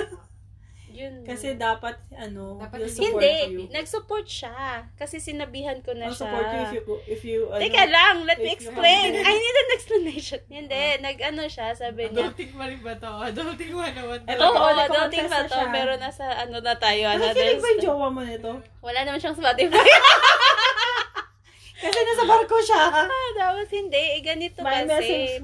Speaker 1: Yun.
Speaker 2: Kasi dapat, ano,
Speaker 3: Dapat
Speaker 2: he'll
Speaker 3: hindi.
Speaker 2: support
Speaker 1: Hmm. hindi,
Speaker 2: you.
Speaker 1: nag-support siya. Kasi sinabihan ko na
Speaker 2: I'll
Speaker 1: siya.
Speaker 2: support you if you, go- if you, ano,
Speaker 1: Teka lang, let me
Speaker 2: If you-
Speaker 1: explain. I need an explanation.
Speaker 2: Ah.
Speaker 1: Hindi, nag-ano siya, sabi niya.
Speaker 3: Adulting pa rin ba to? Adulting 101
Speaker 2: Eto,
Speaker 1: Oo,
Speaker 2: Alam mo,
Speaker 1: oh,
Speaker 2: nagko-confess
Speaker 1: adulting pa
Speaker 2: na
Speaker 1: to,
Speaker 2: siya.
Speaker 1: pero nasa ano na tayo. another
Speaker 2: nakikinig ba yung
Speaker 1: step.
Speaker 2: jowa mo nito?
Speaker 1: Wala naman siyang Spotify.
Speaker 2: Kasi nasa barko siya.
Speaker 1: Ah, Tapos hindi, eh ganito
Speaker 2: May message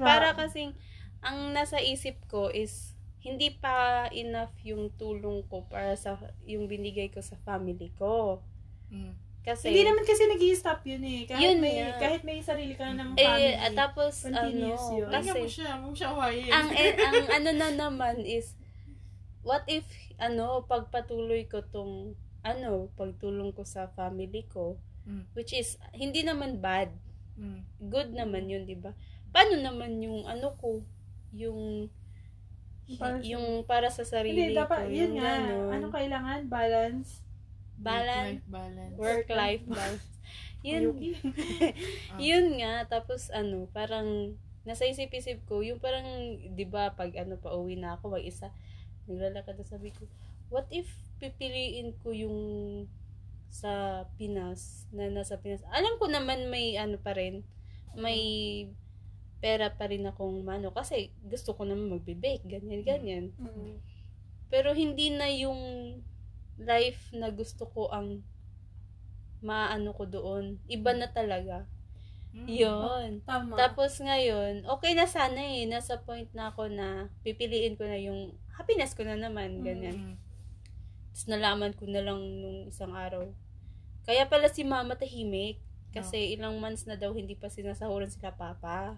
Speaker 1: kasi.
Speaker 2: na.
Speaker 1: Para kasing, ang nasa isip ko is, hindi pa enough yung tulong ko para sa, yung binigay ko sa family ko.
Speaker 3: Mm.
Speaker 1: Kasi,
Speaker 2: Hindi naman kasi nag stop yun eh. Kahit
Speaker 1: Yun
Speaker 2: may,
Speaker 1: nga.
Speaker 2: kahit may sarili ka ng family.
Speaker 1: eh, at tapos, ano,
Speaker 2: Continuous yun.
Speaker 3: Kaya mo
Speaker 1: kasi,
Speaker 3: siya, mo siya awayin.
Speaker 1: ang, eh, ang ano na naman is, what if, ano, pagpatuloy ko tong, ano, pagtulong ko sa family ko,
Speaker 2: Hmm.
Speaker 3: Mm.
Speaker 1: which is, hindi naman bad,
Speaker 3: Mm.
Speaker 1: good naman yun, di ba? Paano naman yung ano ko, yung
Speaker 2: para sa-
Speaker 1: yung para sa sarili
Speaker 2: Hindi, dapat,
Speaker 1: ko,
Speaker 2: yun
Speaker 1: yung
Speaker 2: nga.
Speaker 1: ganun.
Speaker 2: Ano kailangan? Balance.
Speaker 1: Balan-
Speaker 3: Work-life balance.
Speaker 1: work-life balance. yun,
Speaker 3: Ah.
Speaker 1: yun nga, tapos ano, parang nasa isip-isip ko, yung parang, di ba, pag ano, pa uwi na ako, wag isa, naglalakad na sabi ko, what if pipiliin ko yung sa Pinas, na nasa Pinas. Alam ko naman may ano pa rin, may pera pa rin akong mano kasi gusto ko naman magbe-bake, ganyan, ganyan.
Speaker 2: Mm.
Speaker 1: Pero hindi na yung life na gusto ko ang maano ko doon. Iba na talaga.
Speaker 3: Mm.
Speaker 1: Yun.
Speaker 2: Tama.
Speaker 1: Tapos ngayon, okay na sana eh. Nasa point na ako na pipiliin ko na yung happiness ko na naman. Ganyan.
Speaker 3: Mm.
Speaker 1: Tapos nalaman ko na lang nung isang araw. Kaya pala si mama tahimik. Kasi ilang months na daw hindi pa sinasahuran sila papa.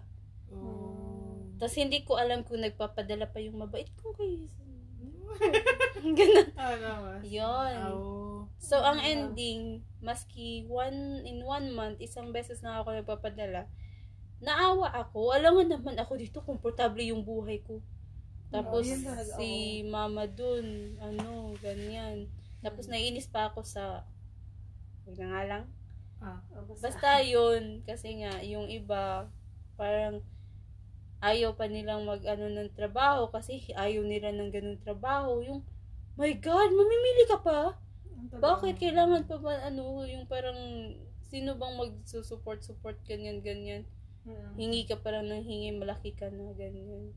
Speaker 3: Oh.
Speaker 1: Tapos hindi ko alam kung nagpapadala pa yung mabait kong kay... Ganun.
Speaker 3: Ah, nawas.
Speaker 1: Yun.
Speaker 3: Ah, oo.
Speaker 1: So, ang
Speaker 2: Yeah.
Speaker 1: ending, maski one, in one month, isang beses na ako nagpapadala, naawa ako. Alam mo naman ako dito, komportable yung buhay ko. Tapos,
Speaker 2: yun talaga,
Speaker 1: si mama dun, ano, ganyan. Tapos, naiinis pa ako sa, wag na nga lang.
Speaker 2: Oh,
Speaker 1: Basta yun, kasi nga, yung iba, parang, ayaw pa nilang mag, ano, ng trabaho, kasi ayaw nila ng ganun trabaho. Yung, my God, mamimili ka pa? Bakit kailangan pa ba ano yung parang sino bang magsusupport-support ganyan ganyan.
Speaker 2: Mm.
Speaker 1: Hingi ka parang ng hingi malaki ka na ganyan.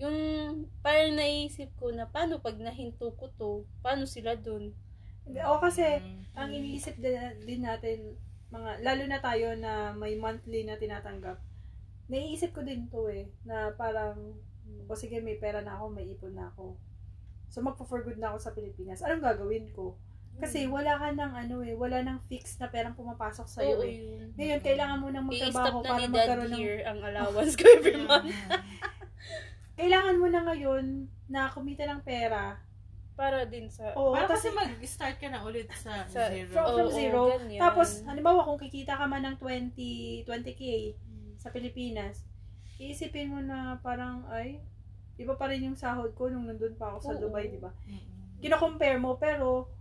Speaker 1: Yung parang naisip ko na paano pag nahinto ko to, paano sila dun?
Speaker 2: O kasi,
Speaker 3: Mm.
Speaker 2: ang iniisip din, din natin, mga, lalo na tayo na may monthly na tinatanggap, naiisip ko din to eh, na parang, o sige, may pera na ako, may ipon na ako. So, magpo-for good na ako sa Pilipinas. Anong gagawin ko?
Speaker 1: Mm. Hmm.
Speaker 2: Kasi wala ka ng ano eh, wala ng fixed na perang pumapasok
Speaker 1: sa
Speaker 2: sa
Speaker 1: iyo
Speaker 2: iyo eh.
Speaker 1: yun.
Speaker 2: Ngayon, kailangan mo nang
Speaker 1: I-stop
Speaker 2: magtrabaho
Speaker 1: na
Speaker 2: para
Speaker 1: ni dad
Speaker 2: magkaroon ng
Speaker 1: here ang allowance ko every month.
Speaker 2: kailangan mo na ngayon na kumita ng pera.
Speaker 1: Para din sa...
Speaker 2: Oo,
Speaker 3: Para
Speaker 2: tas-
Speaker 3: kasi mag-start ka na ulit sa,
Speaker 1: Sa-
Speaker 3: zero.
Speaker 2: from, from
Speaker 1: Oo,
Speaker 2: zero.
Speaker 1: ganyan.
Speaker 2: Tapos, halimbawa, kung kikita ka man ng 20, 20K
Speaker 1: Mm.
Speaker 2: sa Pilipinas, iisipin mo na parang, ay, iba pa rin yung sahod ko nung nandun pa ako sa
Speaker 1: Oo.
Speaker 2: Dubai, di ba?
Speaker 3: Mm.
Speaker 2: Kino-compare mo, pero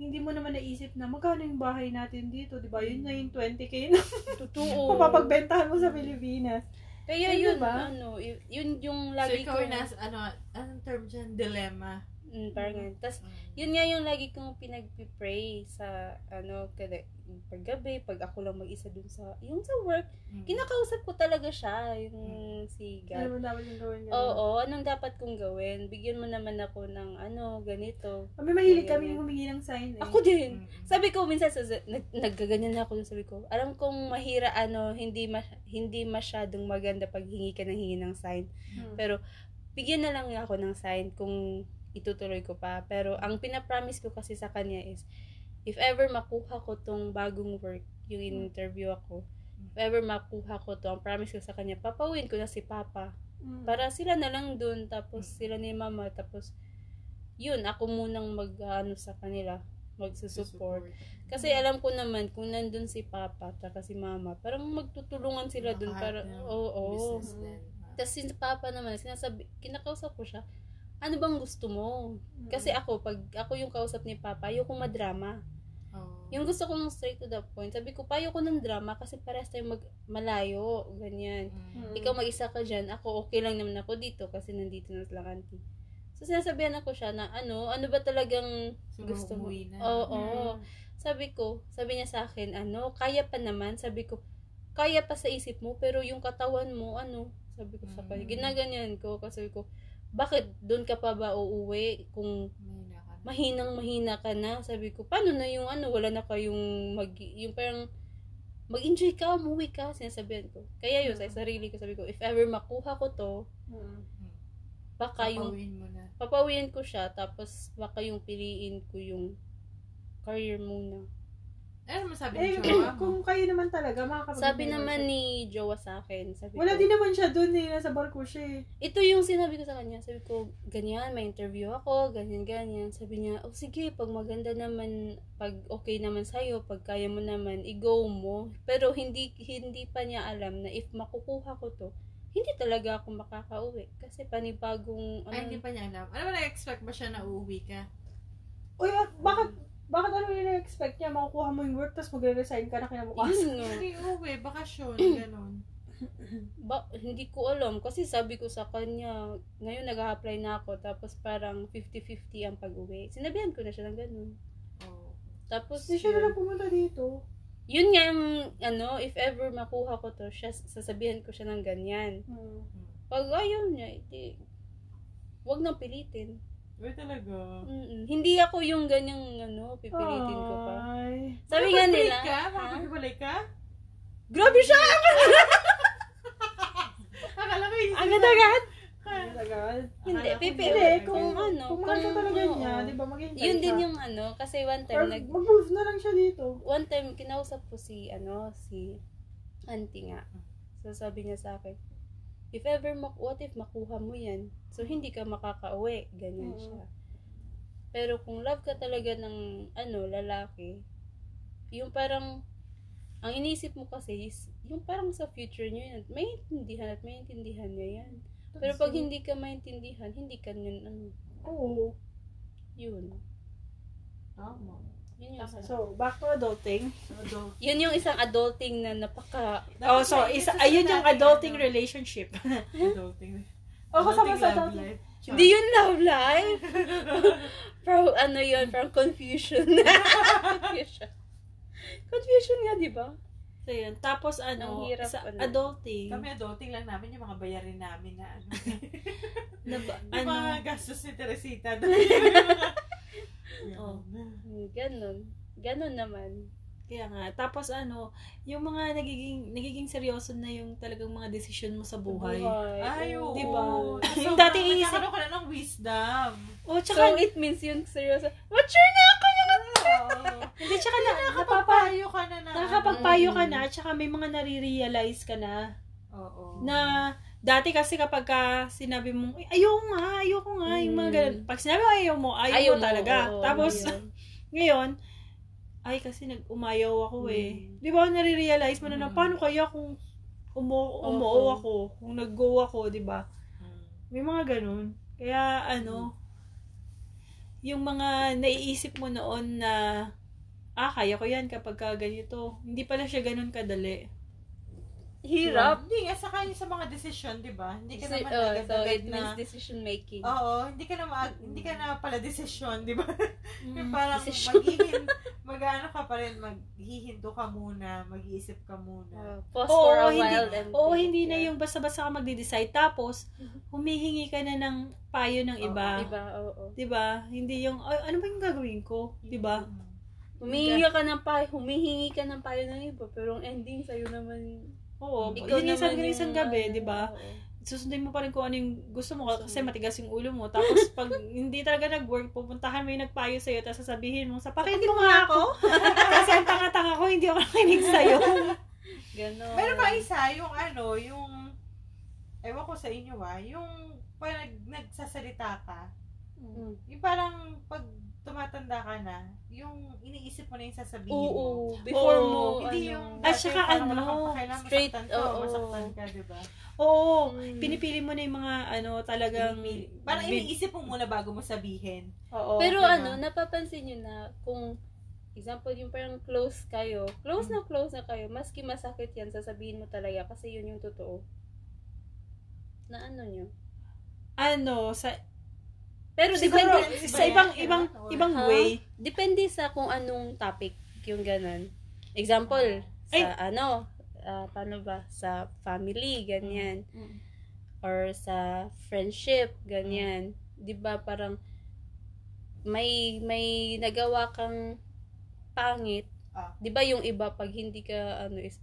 Speaker 2: hindi mo naman naisip na magkano yung bahay natin dito, di ba? Yun na yung 20K na
Speaker 1: totoo.
Speaker 2: mapapagbentahan mo sa Pilipinas.
Speaker 1: Kaya
Speaker 2: Ano
Speaker 1: yun,
Speaker 2: ba?
Speaker 1: ano, y- yun yung
Speaker 3: So,
Speaker 1: lagi ko...
Speaker 3: ikaw ay nas, ano, anong term dyan? Dilemma.
Speaker 1: Mm, parang ganun. Tas, yun nga yung lagi kong pinagpipray sa ano kada paggabi pag ako lang mag-isa dun sa yung sa work
Speaker 3: Mm.
Speaker 1: kinakausap ko talaga siya yung si God
Speaker 2: Ano mo dapat yung gawin yun?
Speaker 1: Oo, anong dapat kong gawin? Bigyan mo naman ako ng ano, ganito.
Speaker 2: Kami Ah, mahilig kami humingi ng sign eh.
Speaker 1: Ako din.
Speaker 3: Mm.
Speaker 1: Sabi ko minsan sa nag, naggaganyan na ako dun, sabi ko. Alam kong mahira ano, hindi mas, hindi masyadong maganda pag hingi ka ng hingi ng sign.
Speaker 2: Hmm.
Speaker 1: Pero, bigyan na lang niya ako ng sign kung itutuloy ko pa. Pero, ang pinapromise ko kasi sa kanya is, if ever makuha ko tong bagong work, yung interview ako,
Speaker 3: Mm.
Speaker 1: if ever makuha ko to, ang promise ko sa kanya, papawin ko na si Papa.
Speaker 2: Mm.
Speaker 1: Para sila na lang dun, tapos sila ni Mama, tapos yun, ako munang mag, ano, sa kanila, magsusupport. Kasi alam ko naman, kung nandun si Papa, taka si Mama, parang magtutulungan sila dun. Para,
Speaker 3: Makaharap na yung
Speaker 1: oo. oo.
Speaker 3: Business din.
Speaker 1: Tapos si Papa naman, sinasabi, kinakausap ko siya, ano bang gusto mo? Kasi ako, pag ako yung kausap ni Papa, ayoko madrama.
Speaker 3: Oo.
Speaker 1: Yung gusto kong straight to the point, sabi ko, payo ko ng drama kasi parehas tayong mag- malayo, ganyan.
Speaker 3: Mm.
Speaker 1: Ikaw mag-isa ka dyan, ako okay lang naman ako dito kasi nandito na lang auntie. So sinasabihan ako siya na ano, ano ba talagang
Speaker 3: Siguro
Speaker 1: gusto mo?
Speaker 3: umuwi
Speaker 2: Mm.
Speaker 3: na.
Speaker 1: Oo, oo. Sabi ko, sabi niya sa akin, ano, kaya pa naman. Sabi ko, kaya pa sa isip mo, pero yung katawan mo, ano, sabi ko sa kanya.
Speaker 3: Mm.
Speaker 1: Ginaganyan ko, kasi sabi ko, bakit doon ka pa ba uuwi kung
Speaker 3: Mahina ka na.
Speaker 1: mahinang mahina ka na? Sabi ko, paano na yung ano, wala na kayong mag, yung parang mag-enjoy ka, umuwi ka, sinasabihan ko. Kaya yun, sa sarili ko, sabi ko, if ever makuha ko to,
Speaker 2: Mm.
Speaker 1: baka yung,
Speaker 3: Papawin mo na.
Speaker 1: papawian ko siya, tapos baka yung piliin ko yung career muna.
Speaker 3: Ano masabi
Speaker 2: Eh,
Speaker 3: ni Jowa mo?
Speaker 2: kung kayo naman talaga, makakapag
Speaker 1: Sabi naman ni Jowa sa akin, sabi ko,
Speaker 2: Wala din naman siya doon eh, nasa barko siya eh.
Speaker 1: ito yung sinabi ko sa kanya, sabi ko, ganyan, may interview ako, ganyan, ganyan. Sabi niya, oh sige, pag maganda naman, pag okay naman sa'yo, pag kaya mo naman, i-go mo. Pero hindi, hindi pa niya alam na if makukuha ko to, hindi talaga ako makakauwi. Kasi panibagong, ano,
Speaker 3: Ay, hindi pa niya alam. Ano ba na-expect ba siya na uuwi ka?
Speaker 2: Uy, ah, bakit, bakit ano yung na-expect niya? Makukuha mo yung work, tapos magre-resign ka na kinabukas.
Speaker 1: yun nga.
Speaker 3: Hindi uuwi, bakasyon, ganun.
Speaker 1: Ba, hindi ko alam kasi sabi ko sa kanya, ngayon nag-apply na ako tapos parang 50-50 ang pag-uwi. Sinabihan ko na siya ng ganun.
Speaker 3: Oo.
Speaker 1: Tapos
Speaker 2: Hindi siya na
Speaker 1: yun,
Speaker 2: lang pumunta dito.
Speaker 1: yun nga ang ano, if ever makuha ko to, siya, sasabihan ko siya ng ganyan.
Speaker 2: Hmm.
Speaker 1: Pag ayaw niya, edi, wag nang pilitin.
Speaker 3: Uy, talaga.
Speaker 1: Mm-mm. Hindi ako yung ganyang ano, pipilitin ko pa.
Speaker 2: Ay.
Speaker 1: Sabi nga
Speaker 3: Makapag-break
Speaker 1: nila,
Speaker 3: Ano, ka?
Speaker 1: ha?
Speaker 3: Makapag-iwalay ka?
Speaker 1: grabe siya!
Speaker 3: Akala ko yun.
Speaker 1: Agad-agad!
Speaker 2: Ang tagal.
Speaker 1: Ano Hindi,
Speaker 3: Akala ko
Speaker 1: pipi-
Speaker 3: yun.
Speaker 2: Hindi, kung
Speaker 1: kung
Speaker 2: ano,
Speaker 1: Ah. ano,
Speaker 2: kung mahal ka
Speaker 1: kung-
Speaker 2: talaga
Speaker 1: oo.
Speaker 2: niya, di ba, maghintay
Speaker 1: Yun
Speaker 2: siya.
Speaker 1: din yung ano, kasi one
Speaker 2: Or
Speaker 1: time nag...
Speaker 2: mag-move na lang siya dito.
Speaker 1: one time, kinausap ko si, ano, si auntie nga. So, sabi niya sa akin, if ever, mak what if makuha mo yan? So, hindi ka makakauwi. Ganyan
Speaker 2: Oo.
Speaker 1: siya. Pero kung love ka talaga ng, ano, lalaki, yung parang, ang iniisip mo kasi is, yung parang sa future niyo yan, may intindihan at may intindihan niya yan. Pero pag hindi ka maintindihan, hindi ka nun, ano,
Speaker 2: Oo.
Speaker 1: yun.
Speaker 3: Tama.
Speaker 1: Yun yung, isa.
Speaker 2: So, back to adulting.
Speaker 3: Adult.
Speaker 1: yun yung isang adulting na napaka,
Speaker 2: Oh, so,
Speaker 3: Dapat
Speaker 2: isa,
Speaker 3: na-
Speaker 2: ayun yung
Speaker 3: natin, Oh,
Speaker 2: adulting
Speaker 3: ano,
Speaker 2: relationship.
Speaker 3: Adulting.
Speaker 2: o, kasama sa
Speaker 3: love
Speaker 2: adulting.
Speaker 3: life.
Speaker 1: Hindi yun love life. from ano yun, from confusion. confusion. Confusion nga, di ba?
Speaker 2: So, yun. Tapos,
Speaker 1: Ang
Speaker 2: ano,
Speaker 1: hirap,
Speaker 2: sa
Speaker 1: ano.
Speaker 2: adulting,
Speaker 3: Kami adulting lang namin yung mga bayarin namin na ano.
Speaker 2: na, ba-
Speaker 3: Yung
Speaker 2: ano,
Speaker 3: mga gastos ni Teresita. Oo.
Speaker 2: Oh.
Speaker 1: Hmm, Ganon. Ganon naman.
Speaker 2: kaya nga. Tapos, ano, yung mga nagiging, nagiging seryoso na yung talagang mga desisyon mo sa buhay.
Speaker 3: Ay, oo.
Speaker 2: Di ba?
Speaker 3: Tapos
Speaker 2: Diba? Yung
Speaker 3: sobrang
Speaker 2: dati iisip-
Speaker 3: nagkakaroon ka na ng wisdom.
Speaker 1: So,
Speaker 2: O, Oh, tsaka,
Speaker 1: it means yun seryoso. Mature na ako, mga
Speaker 2: hindi, tsaka na, napapa,
Speaker 3: Nakapagpayo ka na na.
Speaker 2: nakakapagpayo ka
Speaker 1: Mm.
Speaker 2: na, tsaka may mga nare-realize ka na.
Speaker 3: Oo.
Speaker 2: na dati kasi kapag ka sinabi mong, "Ay, ayaw nga, ayaw ko nga, yung mga
Speaker 1: Mm.
Speaker 2: ganun. Pag sinabi mo, ayaw mo, ayaw, mo talaga.
Speaker 1: oo,
Speaker 2: Tapos,
Speaker 1: yun.
Speaker 2: ngayon, ay, kasi nag-umayaw ako eh.
Speaker 1: Mm.
Speaker 2: Di ba, nare-realize mo na, na
Speaker 3: Mm.
Speaker 2: paano kaya kung umo umuo
Speaker 1: Oo.
Speaker 2: ako, kung nag-go ako, di ba?
Speaker 3: Hmm.
Speaker 2: May mga ganun. Kaya, ano, yung mga naiisip mo noon na, ah, kaya ko yan kapag ka ganito. Hindi pala siya ganun kadali.
Speaker 1: hirap.
Speaker 3: Hindi nga, sa kanya sa mga desisyon, di ba? Hindi
Speaker 1: So,
Speaker 3: ka naman
Speaker 1: oh, so,
Speaker 3: agad-agad
Speaker 1: it
Speaker 3: na...
Speaker 1: means decision making.
Speaker 2: Ah.
Speaker 3: Oo, hindi ka na ma- hindi ka na pala desisyon, di ba?
Speaker 2: Mm.
Speaker 3: Parang
Speaker 1: Desisyon.
Speaker 3: maghihin, mag-ano ka pa rin, maghihinto ka muna, mag-iisip ka muna.
Speaker 1: Uh, pause
Speaker 2: Oo,
Speaker 1: for a
Speaker 2: hindi-
Speaker 1: while. and
Speaker 2: Oo,
Speaker 1: think,
Speaker 2: hindi na
Speaker 1: yeah.
Speaker 2: yung basta-basta ka magde-decide. Tapos, humihingi ka na ng payo ng
Speaker 3: Oo,
Speaker 2: iba.
Speaker 1: Diba? Oo.
Speaker 2: Diba? Hindi yung, "Ay, ano ba yung gagawin ko?
Speaker 3: Mm-hmm.
Speaker 2: Diba?
Speaker 3: Hmm.
Speaker 1: Humihingi ka ng payo, humihingi ka ng payo ng iba, pero ang ending sa'yo naman, Mm.
Speaker 2: Oo.
Speaker 1: ikaw
Speaker 2: yun yung isang,
Speaker 1: naman
Speaker 2: isang
Speaker 1: yung,
Speaker 2: gabi,
Speaker 1: ano,
Speaker 2: diba?
Speaker 1: oo.
Speaker 2: Susundin mo pa rin kung ano yung gusto mo
Speaker 1: Gusto
Speaker 2: kasi
Speaker 1: mo.
Speaker 2: matigas yung ulo mo. Tapos, pag hindi talaga nag-work, pupuntahan mo yung nagpayo sa'yo tapos sasabihin mo, sapakin mo nga ako. kasi ang tanga-tanga ko, hindi ako nakinig sa'yo.
Speaker 1: Ganon.
Speaker 3: Meron pa isa, yung ano, yung, ewan ko sa inyo ah, yung pag nag- nagsasalita ka,
Speaker 1: Mm.
Speaker 3: yung parang pag tumatanda ka na, yung iniisip mo na yung sasabihin
Speaker 1: Oo.
Speaker 3: mo.
Speaker 1: Before
Speaker 2: Oo.
Speaker 1: mo, ano,
Speaker 3: Hindi yung
Speaker 2: At saka
Speaker 3: parang
Speaker 2: ano,
Speaker 3: wala kang pakailan,
Speaker 1: straight,
Speaker 3: masaktan ka, o
Speaker 1: oo.
Speaker 3: masaktan ka, diba?
Speaker 2: Oo,
Speaker 1: Mm.
Speaker 2: pinipili mo na yung mga ano talagang...
Speaker 3: Parang
Speaker 2: big-
Speaker 3: iniisip mo muna bago mo sabihin.
Speaker 2: Oo.
Speaker 1: Pero
Speaker 3: diba?
Speaker 1: ano, napapansin nyo na kung example yung parang close kayo, close na close na kayo, maski masakit yan, sasabihin mo talaga kasi yun yung totoo. Na ano nyo.
Speaker 2: ano, sa,
Speaker 1: Pero
Speaker 2: siguro,
Speaker 1: depende,
Speaker 2: sa ibang, ibang, ibang
Speaker 1: Oh, Ha?
Speaker 2: way.
Speaker 1: depende sa kung anong topic yung ganun. Example, sa
Speaker 2: Ay.
Speaker 1: ano, ah, paano ba, sa family, ganyan.
Speaker 3: Mm.
Speaker 1: Or sa friendship, ganyan. Di ba parang may may nagawa kang pangit.
Speaker 3: Ah.
Speaker 1: Di ba yung iba pag hindi ka ano is,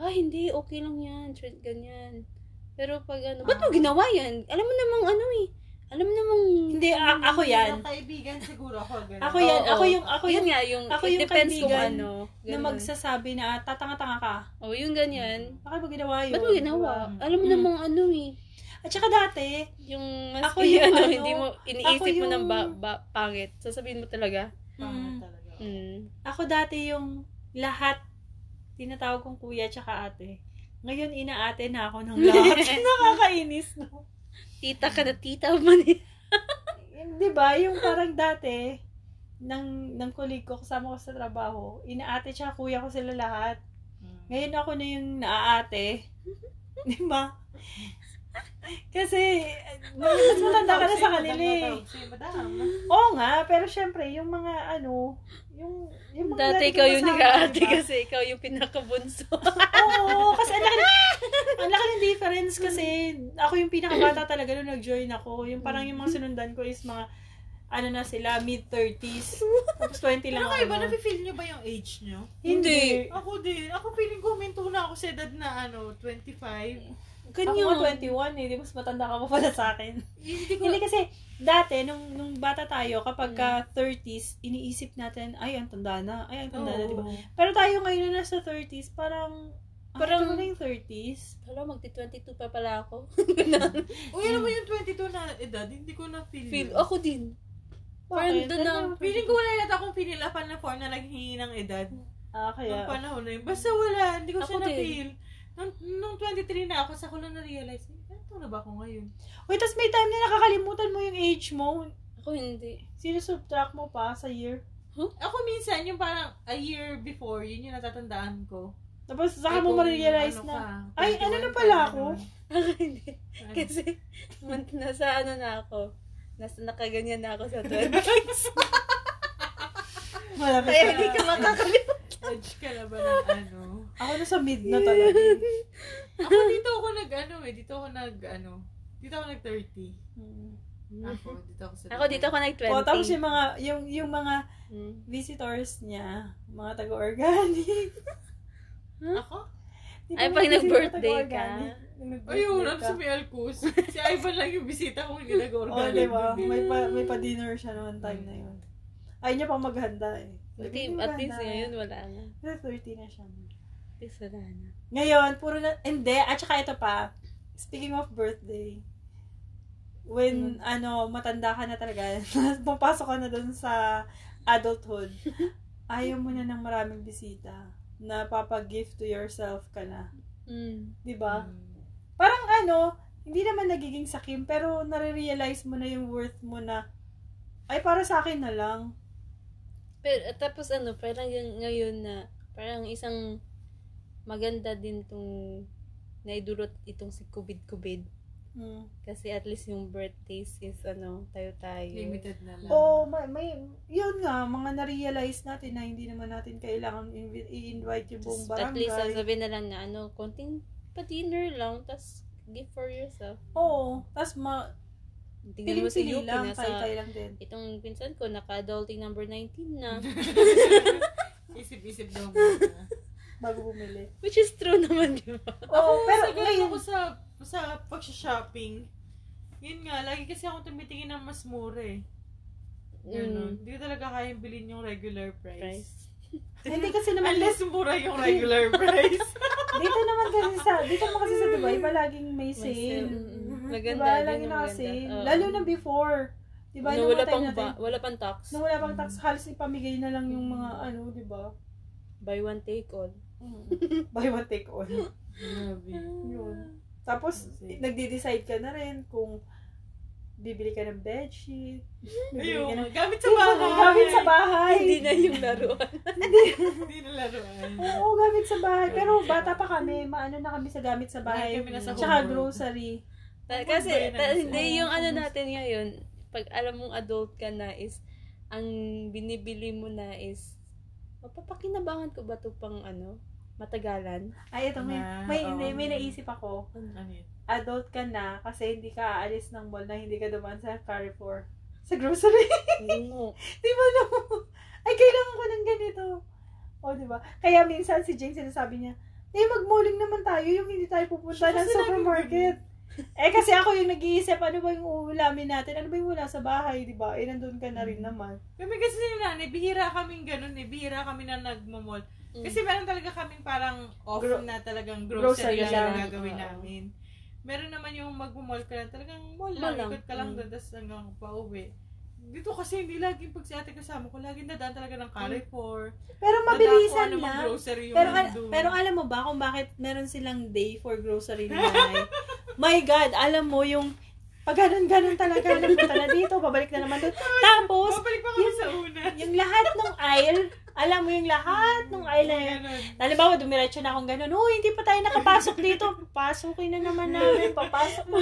Speaker 1: ah hindi, okay lang yan, treat ganyan. Pero pag ano, ba't mo
Speaker 3: Ah.
Speaker 1: ginawa yan? Alam mo namang ano eh. Alam mo namang...
Speaker 2: Hindi, a- ako yan.
Speaker 3: Yung kaibigan siguro ako. Ganun.
Speaker 2: Ako yan,
Speaker 1: Oo.
Speaker 2: ako yung, ako
Speaker 1: Yun
Speaker 2: yung
Speaker 1: nga, yung,
Speaker 2: ako
Speaker 1: it
Speaker 2: yung
Speaker 1: depends kung
Speaker 2: kaibigan
Speaker 1: ano.
Speaker 2: na
Speaker 1: ganun.
Speaker 2: magsasabi na "Ah, tatanga-tanga ka.
Speaker 1: Oh, yung ganyan.
Speaker 2: Bakit mo ginawa yun?
Speaker 1: Ba't mo ginawa?
Speaker 3: diba?
Speaker 1: Alam mo
Speaker 2: Mm.
Speaker 1: namang ano eh.
Speaker 2: At saka dati,
Speaker 1: Yung maski
Speaker 2: Ako yung
Speaker 1: ano,
Speaker 2: ano,
Speaker 1: hindi mo, iniisip
Speaker 2: ako
Speaker 1: mo ng ba,
Speaker 2: yung-
Speaker 1: ba- pangit. Sasabihin mo talaga.
Speaker 3: Pangit
Speaker 2: mm,
Speaker 3: talaga.
Speaker 1: Mm.
Speaker 2: ako dati yung lahat, tinatawag kong kuya tsaka ate. Ngayon, inaate na ako ng lahat. Nakakainis, no?
Speaker 1: Tita ka na tita man eh.
Speaker 2: Yung, Di ba? Yung parang dati, ng, ng kulig ko, kasama ko sa trabaho, inaate tsaka kuya ko sila lahat.
Speaker 3: Mm.
Speaker 2: Ngayon ako na yung naaate. Di ba? Kasi, mas matanda ka na sa kanila eh. Oo nga, pero syempre, yung mga ano, yung, yung mga
Speaker 1: Dati
Speaker 2: lagi
Speaker 1: ikaw
Speaker 2: ko
Speaker 1: yung
Speaker 2: kasama,
Speaker 1: nag-aate
Speaker 2: diba?
Speaker 1: kasi ikaw yung pinakabunso.
Speaker 2: Oo, kasi ang laki, ang laki ng difference kasi ako yung pinakabata talaga nung nag-join ako. Yung parang yung mga sinundan ko is mga, ano na sila, mid-30s. Tapos 20 lang
Speaker 3: Pero
Speaker 2: ako.
Speaker 3: kayo ba,
Speaker 2: nun.
Speaker 3: nafe-feel nyo ba yung age nyo?
Speaker 2: Hindi.
Speaker 3: Ako din. Ako feeling ko, minto na ako sa edad na ano, 25.
Speaker 2: Ako
Speaker 1: Ganyan.
Speaker 2: nga 21 eh, di mas matanda ka pa pala sa akin.
Speaker 3: Hindi ko,
Speaker 2: Hindi kasi, dati, nung, nung bata tayo, kapag ka 30s, iniisip natin, ay, ang tanda na, ay, ang tanda na, di ba?
Speaker 3: Oo.
Speaker 2: Pero tayo ngayon na nasa 30s, parang, parang,
Speaker 1: Parang-
Speaker 2: ano na yung 30s?
Speaker 1: Hala, magti-22 pa pala ako.
Speaker 2: Hmm.
Speaker 3: Uy, alam mo yung 22 na edad, hindi ko na-feel.
Speaker 1: Feel,
Speaker 2: oh.
Speaker 3: yun.
Speaker 1: ako din. Parang
Speaker 2: Bakit?
Speaker 1: doon
Speaker 2: Ano
Speaker 1: ang-
Speaker 2: yung
Speaker 3: Feeling ko wala yata akong pinilapan na form na naghingi ng edad.
Speaker 2: Ah,
Speaker 3: Nung
Speaker 2: kaya,
Speaker 3: panahon na yun. Basta wala, hindi ko siya
Speaker 1: Ako din.
Speaker 3: na-feel. Nung, nung 23 na ako, sa ko lang na-realize, eh, ano na ba ako ngayon?
Speaker 2: wait, tas may time na nakakalimutan mo yung age mo,
Speaker 1: Ako hindi.
Speaker 2: sinusubtract mo pa sa year.
Speaker 3: Ako minsan, yung parang a year before, yun yung natatandaan ko.
Speaker 2: Tapos, saka mo
Speaker 3: kung
Speaker 2: ma-realize
Speaker 3: ano
Speaker 2: na,
Speaker 3: ka,
Speaker 2: Ay,
Speaker 3: 21
Speaker 2: ano na
Speaker 3: ka,
Speaker 2: pala
Speaker 3: ganun.
Speaker 2: ako?
Speaker 1: Ako hindi.
Speaker 3: Ano?
Speaker 1: Kasi, mun- nasa ano na ako. Nasa nakaganyan na ako sa 20.
Speaker 2: malapit
Speaker 1: Kaya
Speaker 2: na.
Speaker 1: hindi ka makakalimutan.
Speaker 3: Edge ka na ba ng ano?
Speaker 2: Ako na sa mid na talaga.
Speaker 3: Ako dito ako nag ano eh, dito ako nag ano, dito ako nag 30. Ako, dito ako sa
Speaker 1: Ako dito ako nag-20.
Speaker 2: Mm. O, Oh, tapos yung mga, yung, yung mga
Speaker 1: Mm.
Speaker 2: visitors niya, mga taga-organic.
Speaker 3: Ako?
Speaker 1: Ay, pag nag-birthday ka.
Speaker 3: Ayun, ano sa may Alcus. Si Ivan lang yung bisita kong hindi
Speaker 2: Oo, oh,
Speaker 3: nag-organic.
Speaker 2: diba? May, pa, may pa-dinner siya noon time na yun. Ayaw niya pang maghanda eh.
Speaker 1: At,
Speaker 2: Hindi
Speaker 1: at
Speaker 2: maghanda.
Speaker 1: least ngayon wala na.
Speaker 2: Pero 30 na siya.
Speaker 1: At least wala na.
Speaker 2: Ngayon, puro na, hindi, at saka ito pa, speaking of birthday, when, ano, matanda ka na talaga, pumapasok ka na dun sa adulthood, ayaw mo na ng maraming bisita. Napapag-gift to yourself ka na.
Speaker 1: Mm.
Speaker 2: Diba?
Speaker 3: Hmm.
Speaker 2: parang ano, hindi naman nagiging sakim, pero nare-realize mo na yung worth mo na, ay, para sa akin na lang.
Speaker 1: Pero at tapos ano, parang yung, ngayon na parang isang maganda din tong naidulot itong si COVID-COVID.
Speaker 2: Mm.
Speaker 1: Kasi at least yung birthdays is ano, tayo-tayo.
Speaker 3: Limited na lang.
Speaker 2: Oo, may, may, yun nga, mga na-realize natin na hindi naman natin kailangan invi- i-invite yung buong
Speaker 1: Tapos at least
Speaker 2: barangay.
Speaker 1: sasabihin na lang na ano, konting pa-dinner lang, tapos gift for yourself.
Speaker 2: Oo, tapos ma-
Speaker 1: Tingnan mo si
Speaker 2: piling-pili
Speaker 1: Yuki
Speaker 2: lang,
Speaker 1: nasa
Speaker 2: tayo-tayo lang din.
Speaker 1: itong pinsan ko, naka-adulting number 19 na.
Speaker 3: Isip-isip daw muna.
Speaker 2: Bago bumili.
Speaker 1: Which is true naman, di ba?
Speaker 2: Oo, pero
Speaker 3: Kasi ganun
Speaker 2: ngayon,
Speaker 3: ako sa, sa pag-shopping. Yun nga, lagi kasi ako tumitingin ng mas mura eh. Ganun. Hindi ko talaga kayang bilhin yung regular price.
Speaker 1: Mm. Price.
Speaker 2: Hindi kasi naman
Speaker 3: Unless mura yung regular price.
Speaker 2: dito naman kasi sa dito naman kasi sa Dubai palaging
Speaker 1: Mm. May
Speaker 2: may
Speaker 1: sale.
Speaker 2: sale.
Speaker 1: Mm.
Speaker 2: Diba?
Speaker 1: Maganda.
Speaker 2: Lagi
Speaker 1: yun ang
Speaker 2: na kasi.
Speaker 1: maganda. Oo.
Speaker 2: Lalo na before. Diba?
Speaker 1: Nung
Speaker 2: Nung
Speaker 1: wala
Speaker 2: time
Speaker 1: pang,
Speaker 2: natin,
Speaker 1: ba- Mm. wala pang tax.
Speaker 2: nung wala pang tax, halos ipamigay na lang yung mga
Speaker 1: Mm.
Speaker 2: ano, diba?
Speaker 1: Buy one, take all.
Speaker 2: Buy one, take all.
Speaker 3: Grabe.
Speaker 2: Ah. Yun. Tapos,
Speaker 3: Same.
Speaker 2: nagde-decide ka na rin kung bibili ka ng bedsheet, bibili ka
Speaker 3: Ayun,
Speaker 2: ng
Speaker 3: gamit sa
Speaker 2: Diba?
Speaker 3: bahay.
Speaker 2: Gamit sa bahay.
Speaker 1: Hindi na yung laruan.
Speaker 3: Hindi na laruan.
Speaker 2: Oo, gamit sa bahay. Pero bata pa kami, maano na kami sa gamit sa bahay.
Speaker 3: Lagi kami nasa
Speaker 2: Tsaka
Speaker 3: homework.
Speaker 2: grocery.
Speaker 1: Kasi,
Speaker 3: Buy na
Speaker 1: ta-
Speaker 3: lang.
Speaker 1: hindi yung
Speaker 3: Oo,
Speaker 1: ano
Speaker 3: mas-
Speaker 1: natin ngayon, pag alam mong adult ka na is, ang binibili mo na is, mapapakinabangan ko ba to pang ano, matagalan?
Speaker 2: Ay, ito, may,
Speaker 3: Na,
Speaker 2: may,
Speaker 3: oo.
Speaker 2: hindi, may naisip ako.
Speaker 3: Ano yun?
Speaker 2: Adult ka na kasi hindi ka aalis ng mall na hindi ka dumaan sa Carrefour. Sa grocery.
Speaker 1: Oo.
Speaker 2: Di ba no? Ay, kailangan ko ng ganito. O, di ba? Kaya minsan si Jane sinasabi niya, eh, mag-malling naman tayo yung hindi tayo pupunta
Speaker 3: Siya
Speaker 2: ng
Speaker 3: kasi
Speaker 2: supermarket. Eh, kasi ako yung nag-iisip, ano ba yung uulamin natin? Ano ba yung wala sa bahay, di ba? Eh, nandun ka na rin naman.
Speaker 3: Kami kasi ni nanay, bihira kaming ganun eh. Bihira kami na nagmamall.
Speaker 1: Mm.
Speaker 3: Kasi meron talaga kaming parang off
Speaker 2: Gro-
Speaker 3: na talagang
Speaker 2: grocery
Speaker 3: grocery, lang
Speaker 2: lang.
Speaker 3: yung gagawin
Speaker 1: Oo.
Speaker 3: namin. Meron naman yung magmamall ka lang. Talagang mall
Speaker 1: Mall
Speaker 3: lang.
Speaker 1: lang.
Speaker 3: Ikot ka
Speaker 1: Mm.
Speaker 3: lang doon, tapos hanggang pauwi. Dito kasi hindi laging pag si ate kasama ko, laging dadaan talaga ng Carrefour.
Speaker 2: Pero mabilisan
Speaker 3: Dadaan kung
Speaker 2: lang.
Speaker 3: anumang grocery yung
Speaker 2: Pero, al-
Speaker 3: nandun.
Speaker 2: pero alam mo ba kung bakit meron silang day for grocery ni nanay? My God, alam mo yung pag ganun-ganun talaga, napunta na dito, babalik na naman doon. Tapos,
Speaker 3: Babalik pa kami
Speaker 2: yun-
Speaker 3: sa una.
Speaker 2: yung lahat ng aisle, alam mo yung lahat ng aisle na yun.
Speaker 3: Ganun.
Speaker 2: Halimbawa, dumiretso na akong ganun, oh, hindi pa tayo nakapasok dito. Pasukin na naman namin, papasok na.